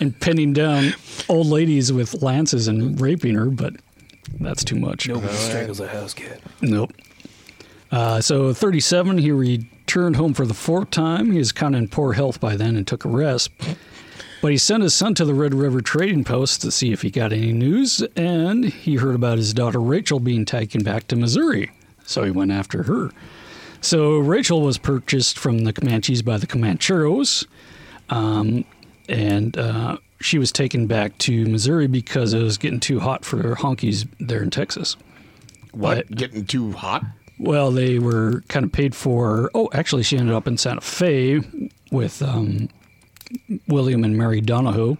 and pinning down old ladies with lances and raping her, but that's too much. Nobody Oh, strangles a house cat. Nope. Uh, so 37, he returned home for the fourth time. He was kind of in poor health by then and took a rest. But he sent his son to the Red River Trading Post to see if he got any news, and he heard about his daughter Rachel being taken back to Missouri. So he went after her. So Rachel was purchased from the Comanches by the Comancheros, um, and uh, she was taken back to Missouri because it was getting too hot for honkies there in Texas. what? Getting too hot? Well, they were kind of paid for. Oh, actually, she ended up in Santa Fe with um, William and Mary Donohoe.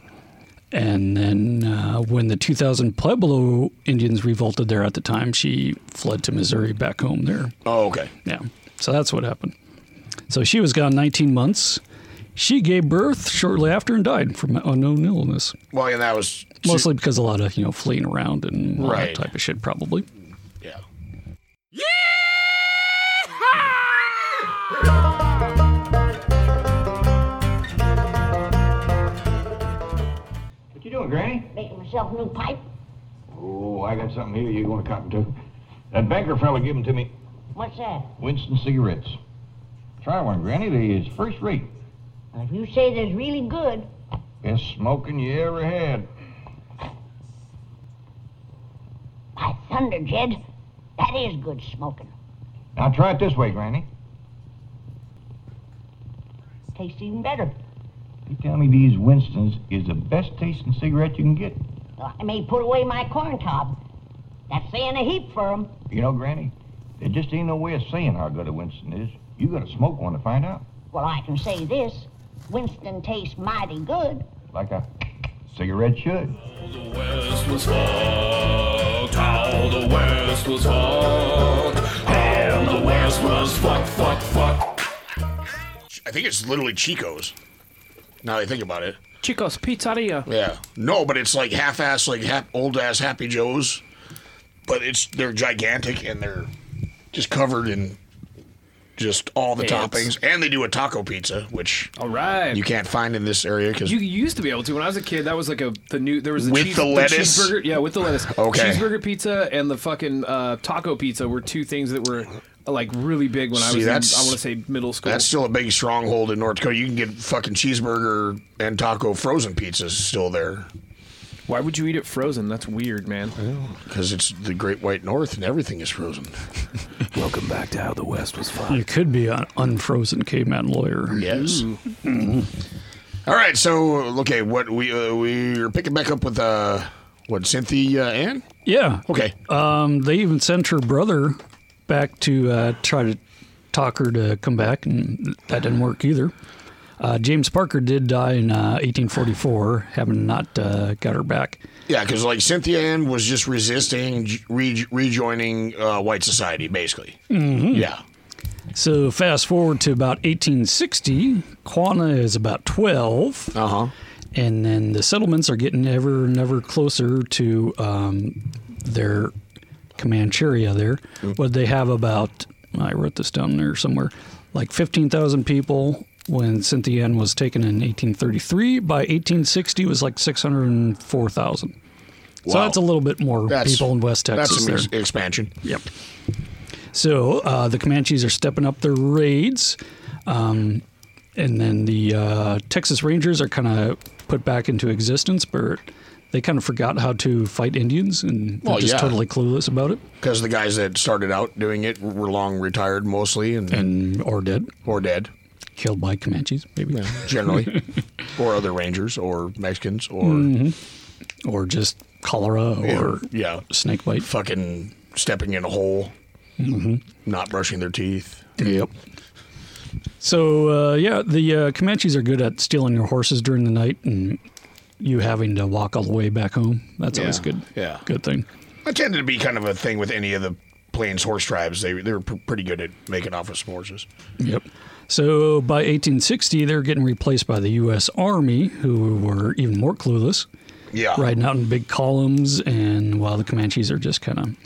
And then uh, when the 2000 Pueblo Indians revolted there at the time, she fled to Missouri back home there. Oh, okay. Yeah. So that's what happened. So she was gone 19 months. She gave birth shortly after and died from unknown illness, Well, yeah, that was mostly because a lot of, you know, fleeing around and all Right. that type of shit, probably. Yeah. What you doing, Granny? Making myself a new pipe. Oh, I got something here you want to cotton to. That banker fella gave 'em to me. What's that? Winston cigarettes. Try one, Granny. They is first rate. Now, If you say that's really good, Best smoking you ever had. by thunder, Jed, that is good smoking. Now try it this way, Granny. Tastes even better. You tell me these Winstons is the best tasting cigarette you can get. Well, I may put away my corn cob. That's saying a heap for 'em. You know, Granny, there just ain't no way of saying how good a Winston is. You gotta smoke one to find out. Well, I can say this Winston tastes mighty good. Like a cigarette should. West was fucked. How the West was fucked. How the West was fucked, fucked, fucked. I think it's literally Chico's. Now that I think about it. Chicos Pizzeria. Yeah. No, but it's like half ass, like hap- old ass Happy Joe's. But it's they're gigantic and they're just covered in just all the It's- toppings. And they do a taco pizza, which All right. you can't find in this area because You used to be able to. When I was a kid, that was like a the new there was a With cheese, the lettuce? cheeseburger. Yeah, with the lettuce. Okay. Cheeseburger pizza and the fucking uh, taco pizza were two things that were uh, like really big when I See, was. in, I want that's- to say middle school. that's still a big stronghold in North Dakota. You can get fucking cheeseburger and taco frozen pizzas still there Why would you eat it frozen? That's weird, man. because it's the Great White North and everything is frozen. Welcome back to how the West was fun. You could be an unfrozen caveman lawyer. Yes. (laughs) All right, so okay, what we uh, we're picking back up with uh, what Cynthia Ann? Yeah. Okay, Um, they even sent her brother back to uh, try to talk her to come back, and that didn't work either. Uh, James Parker did die in uh, 1844, having not uh, got her back. Yeah, because like Cynthia Ann was just resisting j- re- rejoining uh, white society, basically. Mm-hmm. Yeah. So fast forward to about 1860, Quanah is about 12, Uh huh. and then the settlements are getting ever and ever closer to um, their Comancheria there. Mm. What they have about, I wrote this down there somewhere, like 15,000 people when Cynthia Ann was taken in 1833. By 1860, it was like 604,000. So Wow. that's a little bit more That's- people in West Texas That's an there. ex- expansion. Yep. So uh, the Comanches are stepping up their raids, um, and then the uh, Texas Rangers are kind of put back into existence, but they kind of forgot how to fight Indians and they're Well, just yeah. totally clueless about it Because the guys that started out doing it were long retired mostly and, and or dead, or dead, killed by Comanches maybe, (laughs) generally, or other Rangers or Mexicans or or just cholera or yeah, snake bite. fucking stepping in a hole, Mm-hmm. not brushing their teeth. Yep. So uh, yeah, the uh, Comanches are good at stealing your horses during the night and you having to walk all the way back home. That's always Yeah, good. yeah. Good thing. That tended to be kind of a thing with any of the plains horse tribes. They they were pr- pretty good at making off with some horses. Yep. So by 1860, they're getting replaced by the U.S. Army, who were even more clueless. Yeah. riding out in big columns, and while the Comanches are just kind of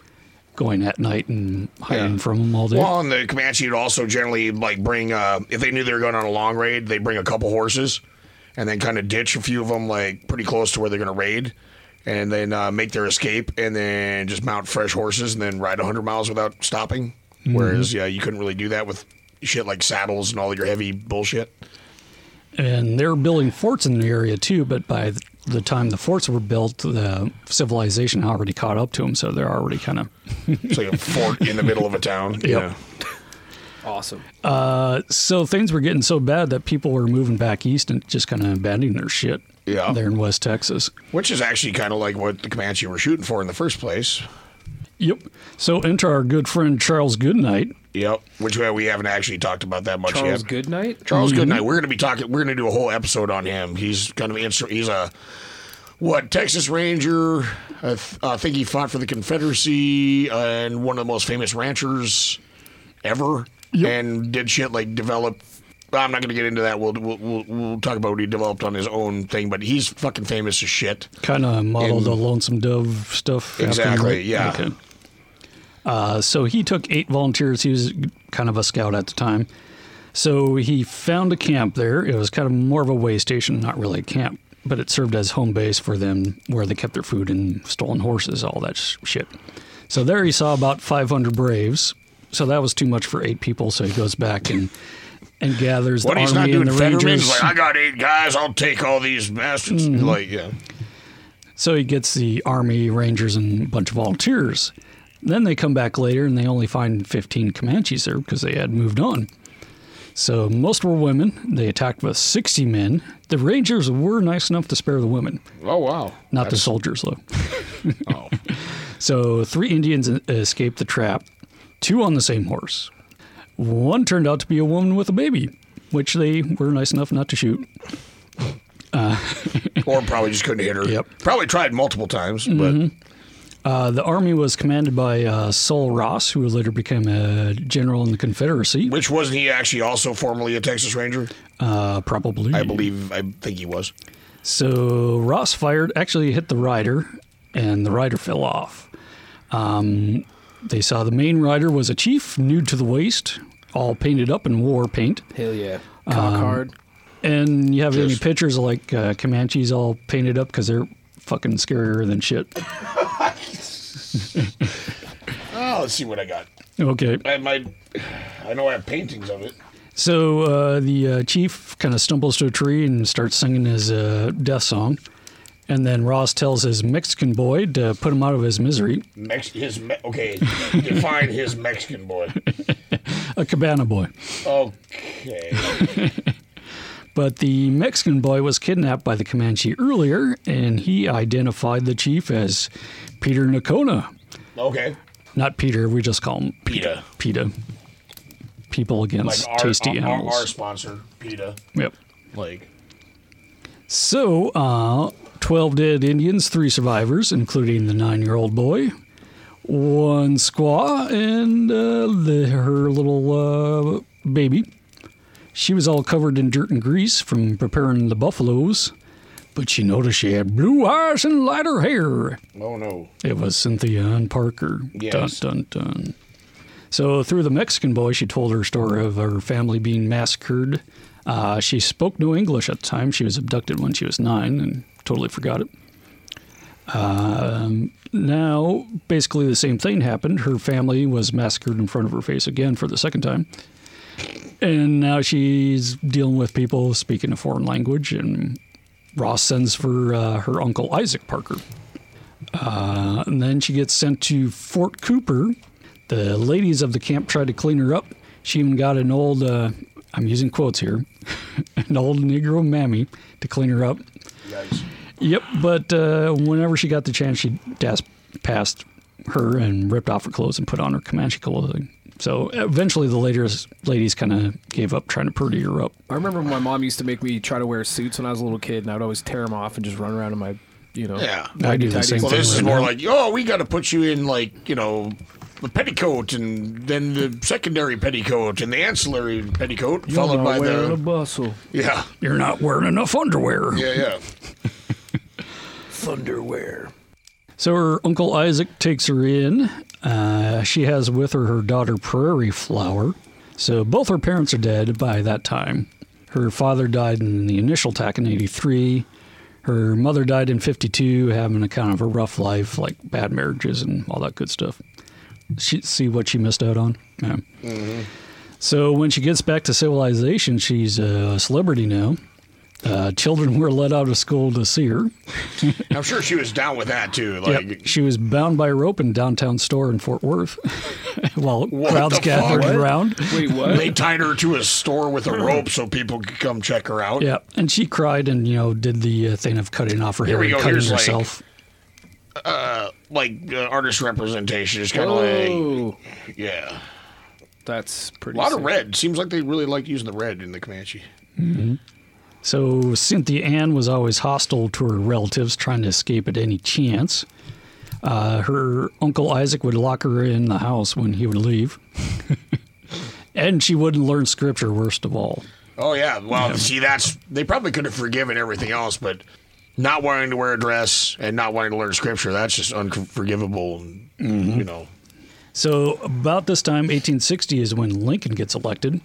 going at night and hiding from them all day. Well, and the Comanche would also generally like bring uh, if they knew they were going on a long raid, they bring a couple horses, and then kind of ditch a few of them like pretty close to where they're going to raid, and then uh, make their escape, and then just mount fresh horses and then ride 100 miles without stopping. Mhm. Whereas yeah, you couldn't really do that with shit like saddles and all your heavy bullshit. and they're building forts in the area too. But by th- the time the forts were built, the civilization had already caught up to them, so they're already kind of It's like a fort in the middle of a town. Yeah. Awesome. Uh, so things were getting so bad that people were moving back east and just kind of abandoning their shit. Yeah. There in West Texas. Which is actually kind of like what the Comanche were shooting for in the first place. Yep. So enter our good friend Charles Goodnight. Yep. Which uh, we haven't actually talked about that much Charles yet. Goodnight? Charles Mhm. Goodnight. We're going to be talking. We're going to do a whole episode on him. He's kind of instru- he's a what Texas Ranger. I, th- I think he fought for the Confederacy uh, and one of the most famous ranchers ever. And did shit like develop. I'm not going to get into that. We'll, we'll we'll we'll talk about what he developed on his own thing. But he's fucking famous as shit. Kind of modeled In- the Lonesome Dove stuff. after him, Exactly, right? yeah. Okay. Uh, so he took eight volunteers. He was kind of a scout at the time. So he found a camp there. It was kind of more of a way station, not really a camp, but it served as home base for them where they kept their food and stolen horses, all that sh- shit. So there he saw about 500 Braves. So that was too much for eight people. So he goes back and, and gathers What the he's not army doing, and the Fetterman's Rangers. like, I got eight guys. I'll take all these bastards. Mhm. Like, yeah. So he gets the Army, Rangers, and a bunch of volunteers. Then they come back later and they only find 15 Comanches there because they had moved on. So most were women. They attacked with 60 men. The Rangers were nice enough to spare the women, Oh wow. Oh. not the (laughs) soldiers, though. (laughs) So three Indians escaped the trap, two on the same horse. One turned out to be a woman with a baby, which they were nice enough not to shoot. or probably just couldn't hit her. Yep. Probably tried multiple times, but Mhm. Uh, the army was commanded by uh, Sol Ross, who later became a general in the Confederacy. which wasn't he actually also formerly a Texas Ranger? Uh, probably. I believe. I think he was. So Ross fired, actually hit the rider, and the rider fell off. Um, they saw the main rider was a chief, nude to the waist, all painted up in war paint. Hell yeah. Cock Um, hard. And you have any Just- pictures of like uh, Comanches all painted up because they're fucking scarier than shit. Oh, let's see what I got. Okay. I might. I know I have paintings of it. So uh, the uh, chief kind of stumbles to a tree and starts singing his uh, death song. And then Ross tells his Mexican boy to put him out of his misery, Mex- his me- okay. (laughs) define his Mexican boy. a cabana boy. Okay. But the Mexican boy was kidnapped by the Comanche earlier, and he identified the chief as Peter Nakona. Okay. Not Peter, we just call him PETA. PETA. People Against like our, Tasty our, Animals. Our, sponsor, PETA. Yep. Like. So, uh, 12 dead Indians, three survivors, including the nine year old boy, one squaw, and uh, the, her little uh, baby. She was all covered in dirt and grease from preparing the buffaloes, but she noticed she had blue eyes and lighter hair. Oh no. It was Cynthia Ann Parker. Yes. Dun dun dun. So through the Mexican boy, she told her story of her family being massacred. Uh, she spoke no English at the time. She was abducted when she was nine and totally forgot it. Um, now, basically, the same thing happened. Her family was massacred in front of her face again for the second time. And now she's dealing with people speaking a foreign language, and Ross sends for uh, her uncle Isaac Parker. Uh, and then she gets sent to Fort Cooper. The ladies of the camp tried to clean her up. She even got an old, uh, I'm using quotes here, (laughs) an old Negro mammy to clean her up. Yep, but uh, whenever she got the chance, she das- passed her and ripped off her clothes and put on her Comanche clothing. So eventually, the ladies, ladies kind of gave up trying to purdy her up. I remember my mom used to make me try to wear suits when I was a little kid, and I would always tear them off and just run around in my, you know. Yeah. tighty tighties. Well, this is more like, oh, we got to put you in like you know. The petticoat, and then the secondary petticoat, and the ancillary petticoat, You're followed not by wearing the a bustle. Yeah. You're not wearing enough underwear. Yeah, yeah. Thunderwear. So her uncle Isaac takes her in. Uh, she has with her her daughter Prairie Flower. So both her parents are dead by that time. Her father died in the initial attack in 83. Her mother died in 52, having a kind of a rough life, like bad marriages and all that good stuff. She, see what she missed out on? Yeah. So when she gets back to civilization, she's a celebrity now. Uh, children were let out of school to see her. I'm sure she was down with that too. Like, Yep. She was bound by a rope in downtown store in Fort Worth (laughs) while crowds the gathered fuck? around. (laughs) They tied her to a store (laughs) with a rope so people could come check her out. Yeah, and she cried and, you know, did the uh, thing of cutting off her Here hair we and go. cutting Here's herself. like, uh, like uh, artist representation. Just kind of like, yeah. Oh, That's A pretty. lot of sick. red. Seems like they really like using the red in the Comanche. Mhm. So Cynthia Ann was always hostile to her relatives, trying to escape at any chance. Uh, her uncle Isaac would lock her in the house when he would leave. (laughs) and she wouldn't learn scripture, worst of all. Oh yeah. Well, see, that's they probably could have forgiven everything else, but not wanting to wear a dress and not wanting to learn scripture. That's just unforgivable. And, You know. So, about this time, 1860, is when Lincoln gets elected.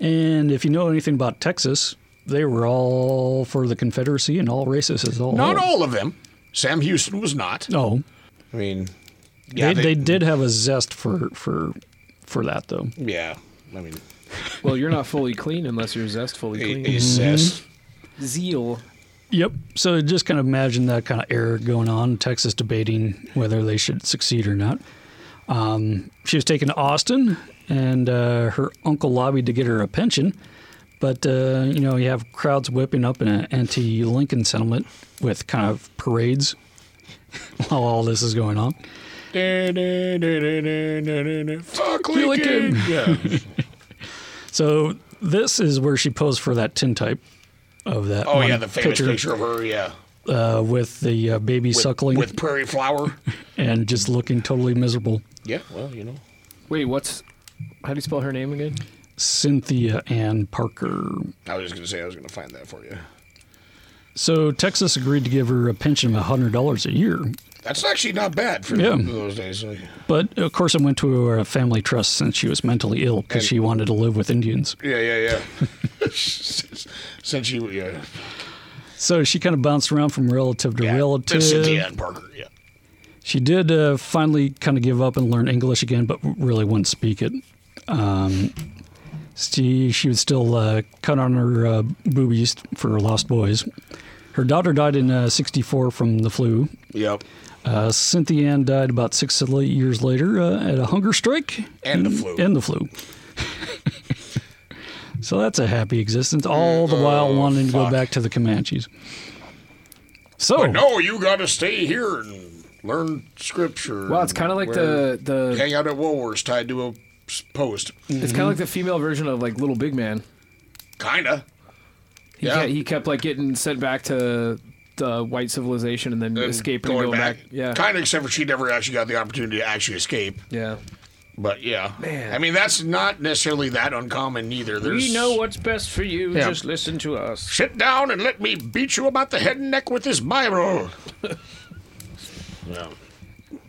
And if you know anything about Texas, they were all for the Confederacy and all racist as all. Not all of them. Sam Houston was not. No. I mean, yeah, they, they- they did have a zest for for for that though. Yeah. I mean, well, you're not fully clean unless you're zestfully clean. a zest. Zeal. Yep. So just kind of imagine that kind of air going on. Texas debating whether they should succeed or not. Um, she was taken to Austin, and uh, her uncle lobbied to get her a pension. But uh, you know, you have crowds whipping up in an anti-Lincoln sentiment with kind of parades (laughs) while all this is going on. Fuck You like Lincoln. him. Yeah. So this is where she posed for that tintype of that. Oh one yeah, the famous picture, of her. Yeah. uh, with the uh, baby With- suckling with prairie flower. and just looking totally miserable. Yeah. Well, you know. Wait, what's? How do you spell her name again? Cynthia Ann Parker. I was just gonna say I was gonna find that for you. So Texas agreed to give her a pension of hundred dollars a year, That's actually not bad for Yeah. those days. Like, but of course it went to a family trust since she was mentally ill because she wanted to live with Indians. yeah, yeah, yeah. (laughs) Since you, yeah. So she kind of bounced around from relative to relative. Cynthia Ann Parker. Yeah. She did uh, finally kind of give up and learn English again, but really wouldn't speak it. Um, she, she would still uh, cut on her uh, boobies for her lost boys. Her daughter died in uh, 64 from the flu. Yep. Uh, Cynthia Ann died about six to eight years later uh, at a hunger strike. And the flu. And the flu. (laughs) so that's a happy existence, all the while Oh, wanting to go back to the Comanches. So, But no, you got to stay here and learn scripture. Well, it's kinda like the- the hang out at Woolworths tied to a s- post. It's kind of like the female version of like Little Big Man. kinda. He, Yeah. kept, he kept like getting sent back to the white civilization and then escaping and going back. Yeah. Kind of, except for she never actually got the opportunity to actually escape. Yeah. But yeah, Man. I mean, that's not necessarily that uncommon either. There's We know what's best for you. Yeah. Just listen to us. Sit down and let me beat you about the head and neck with (laughs) this Bible.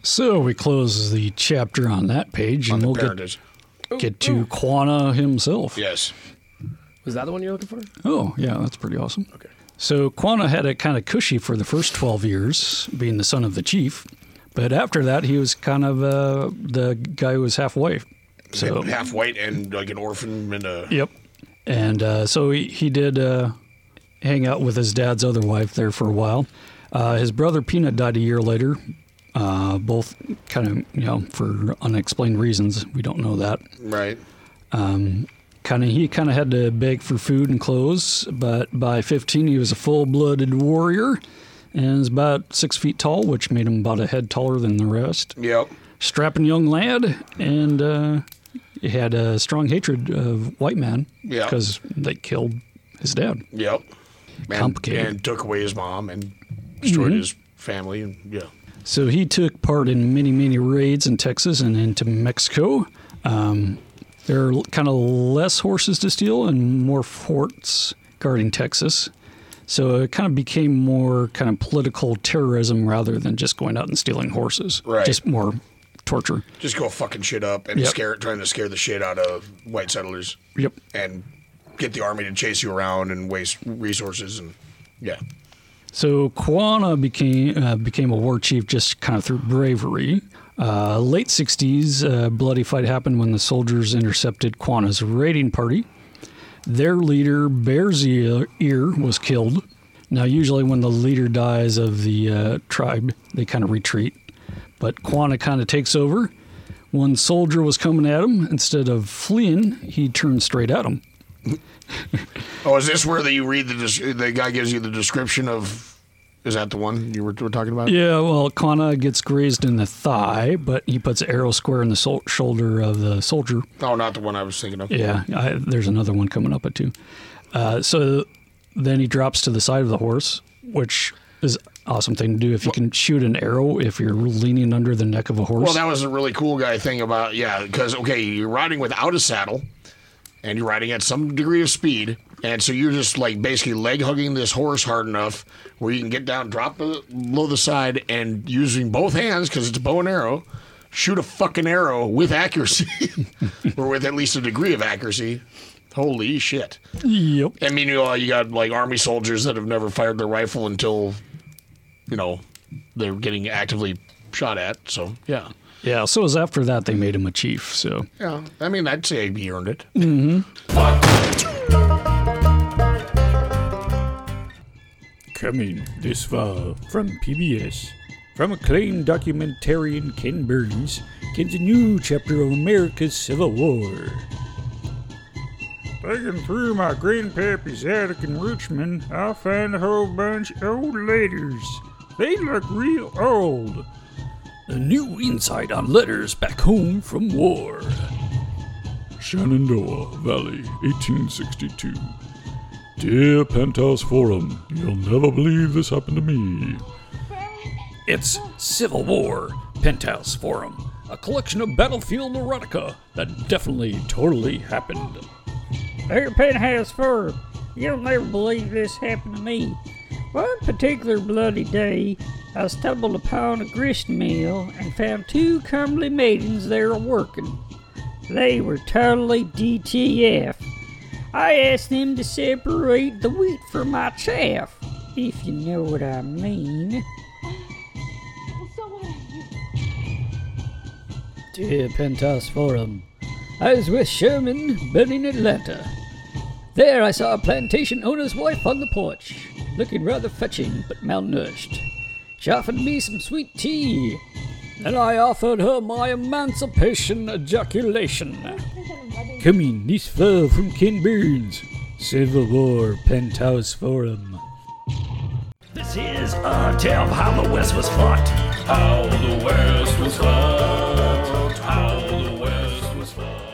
so we close the chapter on that page, and we'll get, parentage. get to Quana himself. Yes. Was that the one you're looking for? Oh, yeah, that's pretty awesome. Okay. So Quanah had it kind of cushy for the first 12 years, being the son of the chief. But after that, he was kind of uh, the guy who was halfway. So, half white and like an orphan and a yep. And uh, so he, he did uh, hang out with his dad's other wife there for a while. Uh, his brother Peanut died a year later, uh, both kind of, you know, for unexplained reasons. We don't know that. right. Um, kind of, he kind of had to beg for food and clothes, but by 15 he was a full-blooded warrior, and is about six feet tall, which made him about a head taller than the rest. Yep. Strapping young lad, and uh, he had a strong hatred of white man Yeah. because they killed his dad. Yep. And, Complicated. And took away his mom and destroyed Mhm. his family and yeah. So he took part in many, many raids in Texas and into Mexico. Um, there are kind of less horses to steal and more forts guarding Texas. So it kind of became more kind of political terrorism rather than just going out and stealing horses. Right. Just more torture. Just go fucking shit up and Yep. scare, trying to scare the shit out of white settlers. Yep. And get the army to chase you around and waste resources and yeah. So Quanah became uh, became a war chief just kind of through bravery. Uh, late 60s, a bloody fight happened when the soldiers intercepted Quanah's raiding party. Their leader, Bear's Ear, Ear, was killed. Now, usually when the leader dies of the uh, tribe, they kind of retreat. But Quanah kind of takes over. One soldier was coming at him. Instead of fleeing, he turned straight at him. Oh, is this where the, you read the des- the guy gives you the description of? Is that the one you were, were talking about? Yeah, well, Kana gets grazed in the thigh, but he puts an arrow square in the sol- shoulder of the soldier. Oh, not the one I was thinking of. Yeah, I, there's another one coming up at two. Uh, so then he drops to the side of the horse, which is an awesome thing to do if you can shoot an arrow if you're leaning under the neck of a horse. Well, that was a really cool guy thing about yeah, because okay, you're riding without a saddle, and you're riding at some degree of speed, and so you're just like basically leg hugging this horse hard enough where you can get down, drop the- below the side, and using both hands because it's bow and arrow, shoot a fucking arrow with accuracy, (laughs) or with at least a degree of accuracy. Holy shit! Yep. And meanwhile, you got like army soldiers that have never fired their rifle until, you know, they're getting actively shot at. So yeah. yeah, so it was after that they made him a chief. So Yeah, I mean, I'd say he earned it. hmm Coming this fall from PBS, from acclaimed documentarian Ken Burns, comes a new chapter of America's Civil War. Digging through my grandpappy's attic in Richmond, I find a whole bunch of old letters. They look real old. A new insight on letters back home from war. Shenandoah Valley, 1862. Dear Penthouse Forum, you'll never believe this happened to me. It's Civil War Penthouse Forum, a collection of battlefield erotica that definitely, totally happened. Here, Penthouse Forum, you'll never believe this happened to me. One particular bloody day, I stumbled upon a grist mill and found two comely maidens there working. They were totally DTF. I asked them to separate the wheat from my chaff, if you know what I mean. Dear Pentas Forum, I was with Sherman, but in Atlanta. There I saw a plantation owner's wife on the porch, looking rather fetching but malnourished. She offered me some sweet tea, and I offered her my emancipation ejaculation. Coming this fall from Ken Burns, Civil War Penthouse Forum. This is a tale of how the West was fought. How the West was fought. How the West was fought.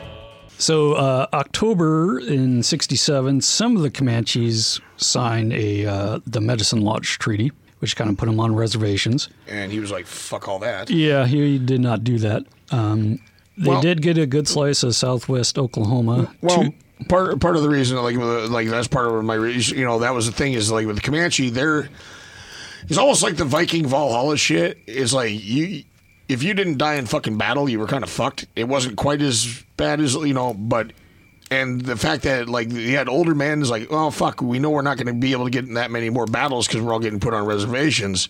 So, uh, October in '67, some of the Comanches signed a uh, the Medicine Lodge Treaty, which kind of put them on reservations. And he was like, "Fuck all that." Yeah, he did not do that. Um, they Well- did get a good slice of Southwest Oklahoma. Well, part part of the reason, like uh, like that's part of my, re- you know, that was the thing is like with Comanche, they're it's almost like the Viking Valhalla shit. It's like you if you didn't die in fucking battle, you were kind of fucked. It wasn't quite as bad as you know, but. And the fact that like you had older men is like, oh fuck, we know we're not going to be able to get in that many more battles because we're all getting put on reservations.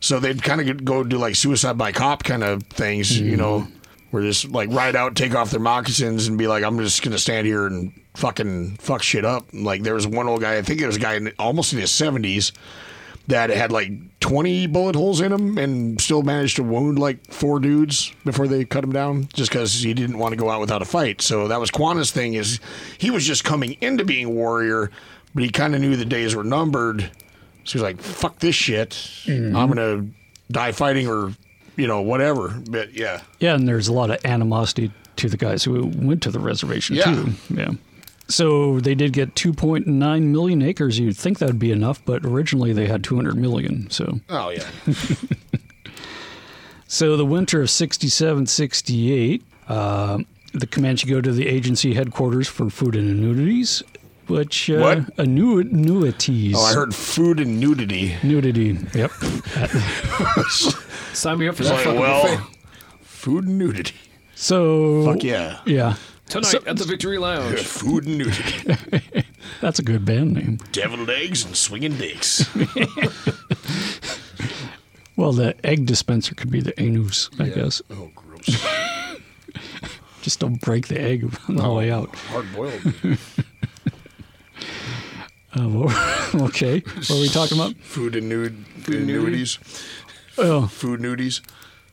So they'd kind of go do like suicide by cop kind of things, you know, where just like ride out, take off their moccasins, and be like, I'm just gonna stand here and fucking fuck shit up. And, like there was one old guy, I think there was a guy in, almost in his 70s that had like 20 bullet holes in him and still managed to wound like four dudes before they cut him down just because he didn't want to go out without a fight. So that was Quana's thing is he was just coming into being a warrior, but he kind of knew the days were numbered. So he's like, fuck this shit. I'm going to die fighting or, you know, whatever. But yeah. Yeah, and there's a lot of animosity to the guys who went to the reservation Yeah. too. Yeah. So they did get 2.9 million acres. You'd think that'd be enough, but originally they had 200 million. So Oh, yeah. So the winter of um, 67 68, uh, the Comanche go to the agency headquarters for food and annuities. which uh, What? annuities. (laughs) Oh, I heard food and nudity. Nudity. Yep. Sign me up for It's that. like, fucking well, buffet. food and nudity. so. Fuck yeah. Yeah. Tonight at the Victory Lounge. (laughs) Food and nudity. That's a good band name. Deviled eggs and swinging dicks. Well, the egg dispenser could be the anus, I guess. Oh, gross. Just don't break the egg (laughs) on the way out. Hard boiled. Uh, what- okay. What are we talking about? Food and nude. Food and and nudity? nudities. Oh. Food nudities.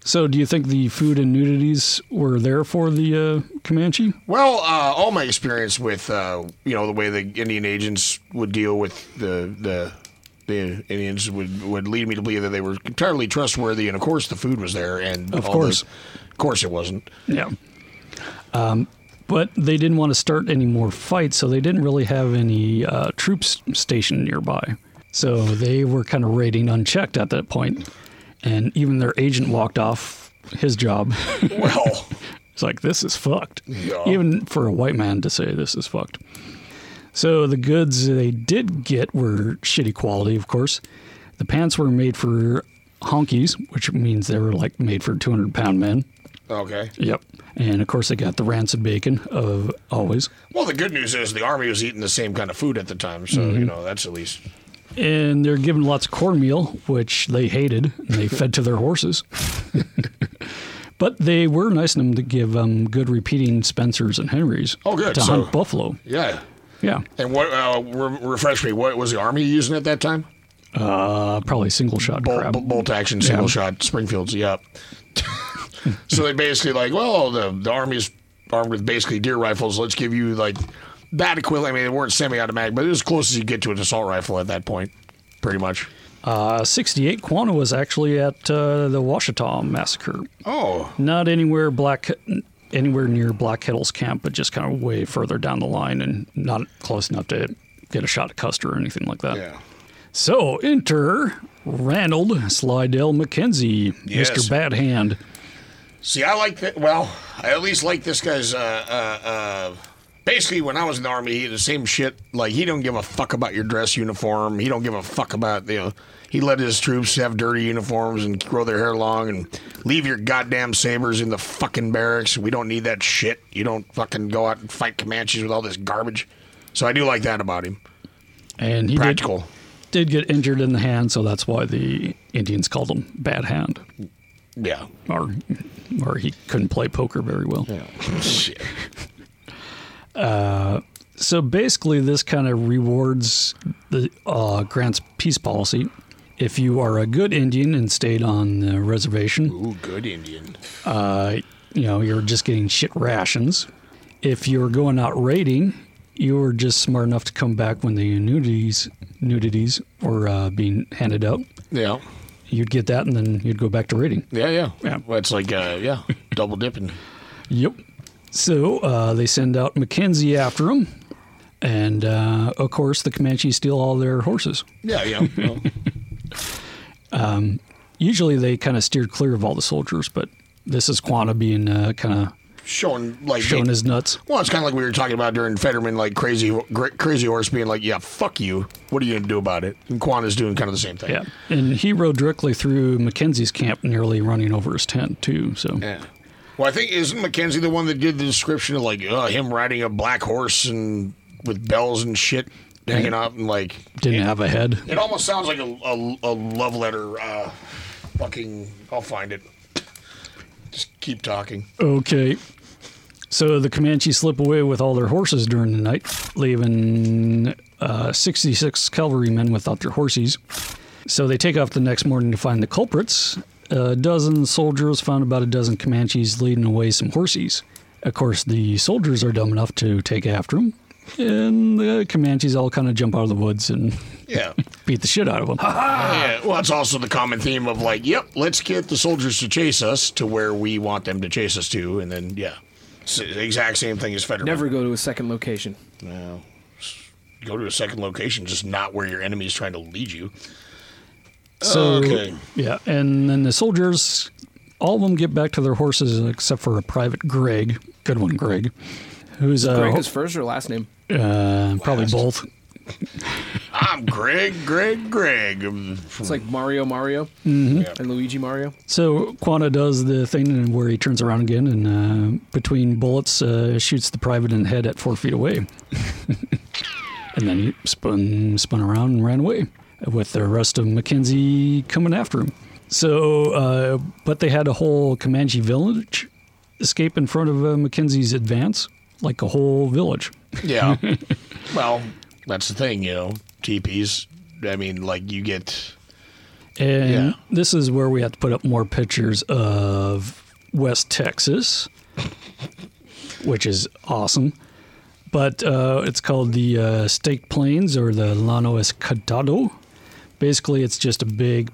So, do you think the food and nudities were there for the uh, Comanche? Well, uh, all my experience with uh, you know the way the Indian agents would deal with the the the Indians would would lead me to believe that they were entirely trustworthy, and of course the food was there, and Of all course. the, of course it wasn't. Yeah. Um, but they didn't want to start any more fights, so they didn't really have any uh, troops stationed nearby. So they were kind of raiding unchecked at that point, and even their agent walked off his job. (laughs) well, it's like this is fucked. Yeah. Even for a white man to say this is fucked. So the goods they did get were shitty quality, of course. The pants were made for honkies, which means they were like made for 200 pound men. Okay. Yep. And of course, they got the rancid bacon of always. Well, the good news is the army was eating the same kind of food at the time, so you Mhm. know that's at least And they're given lots of cornmeal, which they hated, and they fed to their horses. (laughs) but they were nice enough to give um, good repeating Spencers and Henrys Oh, good. to So- hunt buffalo. yeah. Yeah. And what uh, re- refresh me? What was the army using at that time? Uh, probably single shot bolt, crab. b- bolt action single Yeah. shot Springfields. Yep. (laughs) so they basically like, well, the the army's armed with basically deer rifles. Let's give you like that equivalent. I mean, they weren't semi-automatic, but it was as close as you get to an assault rifle at that point, pretty much. Uh, 68 Quanah was actually at uh, the Washita massacre. Oh. Not anywhere black anywhere near Black Kettle's camp, but just kind of way further down the line and not close enough to get a shot at Custer or anything like that. Yeah. So enter Ranald Slidell McKenzie, Yes. Mr. Bad Hand. See, I like that. Well, I at least like this guy's. Uh, uh, uh, basically, when I was in the army, he did the same shit. Like he don't give a fuck about your dress uniform. He don't give a fuck about you know. He let his troops have dirty uniforms and grow their hair long and leave your goddamn sabers in the fucking barracks. We don't need that shit. You don't fucking go out and fight Comanches with all this garbage. So I do like that about him. And he did- Practical. Did, get injured in the hand, so that's why the Indians called him Bad Hand. Yeah. Or, or he couldn't play poker very well. Shit. Uh, so basically, this kind of rewards the uh, Grant's peace policy. If you are a good Indian and stayed on the reservation, Ooh, good Indian. uh, you know you're just getting shit rations. If you're going out raiding, you were just smart enough to come back when the nudities nudities were uh, being handed out. Yeah. You'd get that, and then you'd go back to raiding. Yeah, yeah. Yeah. Well, it's like uh, yeah, double dipping. Yep. So uh, they send out Mackenzie after him, and uh, of course the Comanches steal all their horses. Yeah, yeah. Well, Um, usually they kind of steered clear of all the soldiers, but this is Quanta being uh, kind of showing like showing they- his nuts. Well, it's kind of like we were talking about during Fetterman, like crazy, gr- crazy horse being like, "Yeah, fuck you. What are you gonna do about it?" And Quan is doing kind of the same thing. Yeah, and he rode directly through Mackenzie's camp, nearly running over his tent too. So Yeah. Well, I think isn't Mackenzie the one that did the description of like uh, him riding a black horse and with bells and shit hanging out and like didn't have a head. it almost sounds like a, a, a love letter. Uh, fucking, I'll find it. Just keep talking. Okay. So the Comanches slip away with all their horses during the night, leaving uh, 66 cavalrymen without their horses. So they take off the next morning to find the culprits. A dozen soldiers found about a dozen Comanches leading away some horses. Of course, the soldiers are dumb enough to take after them, and the Comanches all kind of jump out of the woods and Yeah. beat the shit out of them. Yeah, well, it's also the common theme of like, yep, let's get the soldiers to chase us to where we want them to chase us to, and then yeah, it's the exact same thing as Federer. Never go to a second location. No. Go to a second location, just not where your enemy is trying to lead you. So okay, yeah, and then the soldiers, all of them get back to their horses except for a private Greg. Good one, Greg. Who's uh, Greg ho- is first or last name? Uh, probably both. I'm Greg, Greg, Greg. It's like Mario, Mario, Mhm. and Luigi, Mario. So Quanta does the thing and where he turns around again and uh, between bullets uh, shoots the private in the head at four feet away. (laughs) and then he spun, spun around and ran away with the rest of Mackenzie coming after him. So, uh, but they had a whole Comanche village escape in front of uh, Mackenzie's advance, like a whole village. (laughs) Yeah. well, that's the thing, you know. TPs. I mean, like you get. And this is where we have to put up more pictures of West Texas, which is awesome. But uh, it's called the uh, State Plains or the Llano Escatado. Basically, it's just a big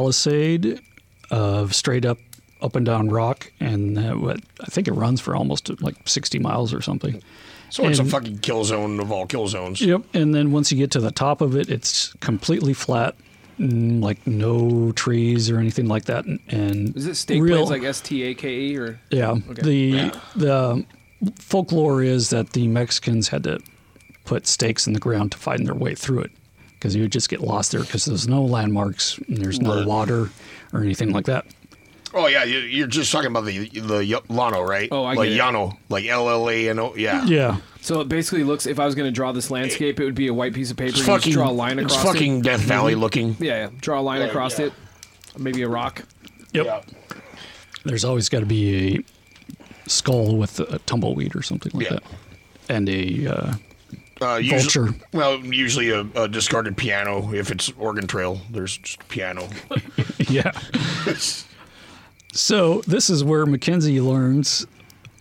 palisade of straight up, up and down rock, and uh, what I think it runs for almost like 60 miles or something. So it's a And- fucking kill zone of all kill zones. Yep. And then once you get to the top of it, it's completely flat, mm, like no trees or anything like that. And, and Is it steak real- plates like S T A K E or? yeah. Okay. The the folklore is that the Mexicans had to put stakes in the ground to find their way through it because you would just get lost there because there's no landmarks and there's no Right. water or anything like that. Oh yeah, you- you're just talking about the the y- Llano, right? Oh, I like get it. Llano, like L L A N O. Yeah. So it basically looks. If I was going to draw this landscape, it would be a white piece of paper. It's and you just fucking- draw a line it's across. fucking it. Death Valley Mhm. looking. Yeah, yeah. Draw a line Yeah, across yeah. it. Maybe a rock. Yep. There's always got to be a skull with a tumbleweed or something like that, and a uh, Uh, usu- vulture. well, usually a, a discarded piano. If it's Oregon Trail, there's just piano. (laughs) (laughs) yeah. So this is where Mackenzie learns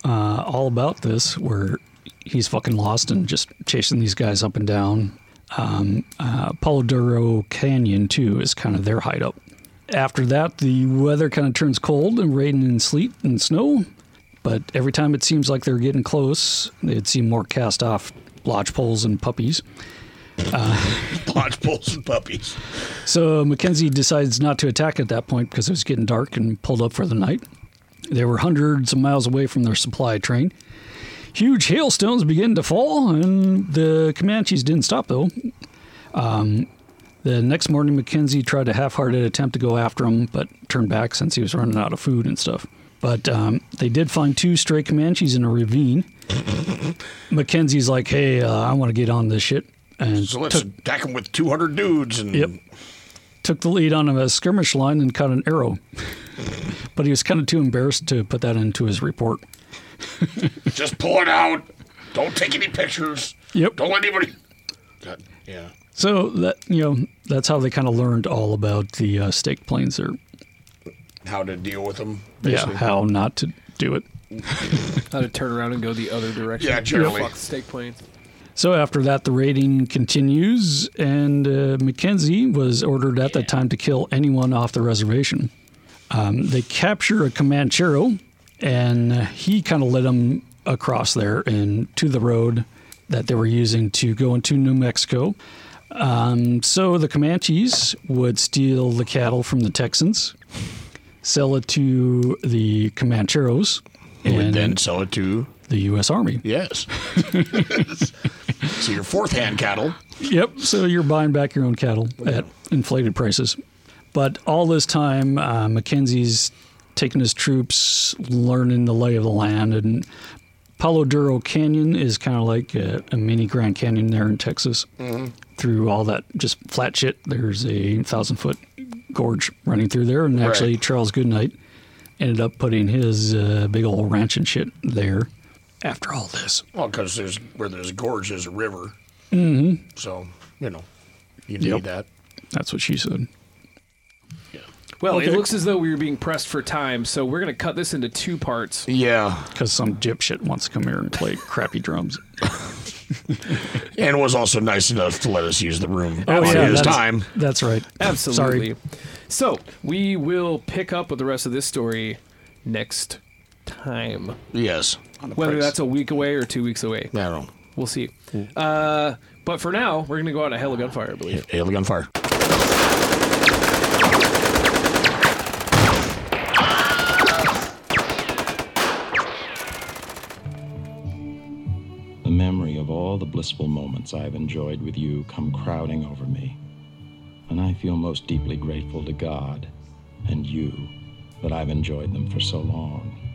uh, all about this, where he's fucking lost and just chasing these guys up and down. Um, uh, Palo Duro Canyon too is kind of their hideout. After that, the weather kind of turns cold and rain and sleet and snow. But every time it seems like they're getting close, they'd see more cast off lodgepoles and puppies. Lodgepoles and puppies. So Mackenzie decides not to attack at that point because it was getting dark and pulled up for the night. They were hundreds of miles away from their supply train. Huge hailstones begin to fall, and the Comanches didn't stop though. Um, the next morning, Mackenzie tried a half-hearted attempt to go after him, but turned back since he was running out of food and stuff. But um, they did find two stray Comanches in a ravine. Mackenzie's like, "Hey, uh, I want to get on this shit," and So let's attack him with 200 dudes and Yep. Took the lead on a skirmish line and caught an arrow. (laughs) but he was kind of too embarrassed to put that into his report. just pull it out. Don't take any pictures. Yep. Don't let anybody. God, yeah. So that you know, that's how they kind of learned all about the uh, stake planes, or How to deal with them? yeah, how not to do it. How to turn around and go the other direction. Yeah, generally. Fuck steak planes. So after that, the raiding continues, and uh, Mackenzie was ordered at that time to kill anyone off the reservation. Um, they capture a Comanchero, and he kind of led them across there and to the road that they were using to go into New Mexico. Um, so the Comanches would steal the cattle from the Texans, sell it to the Comancheros, Who would then sell it to the U.S. Army. Yes. (laughs) so your fourth hand cattle. Yep. So you're buying back your own cattle at inflated prices. But all this time, uh, Mackenzie's taking his troops, learning the lay of the land, and Palo Duro Canyon is kind of like a, a mini Grand Canyon there in Texas. Mhm. Through all that just flat shit, there's a thousand foot gorge running through there, and Right. actually Charles Goodnight ended up putting his uh, big old ranch and shit there. After all this. Well, because there's where there's a gorge, there's a river. Mm-hmm. So, you know, you Yep. need that. That's what she said. Well, it Okay. looks as though we were being pressed for time, so we're going to cut this into two parts. Yeah. Because some dipshit wants to come here and play crappy drums. And was also nice enough to let us use the room Oh, on yeah, his that's- time. That's right. Absolutely. So we will pick up with the rest of this story next time. Yes. Whether that's a week away or two weeks away. I don't know. We'll see. Uh, but for now, we're going to go out a hell of gunfire, I believe. Hail the gunfire. The memory of all all the blissful moments I have enjoyed with you come crowding over me. And I feel most deeply grateful to God and you that I've enjoyed them for so long.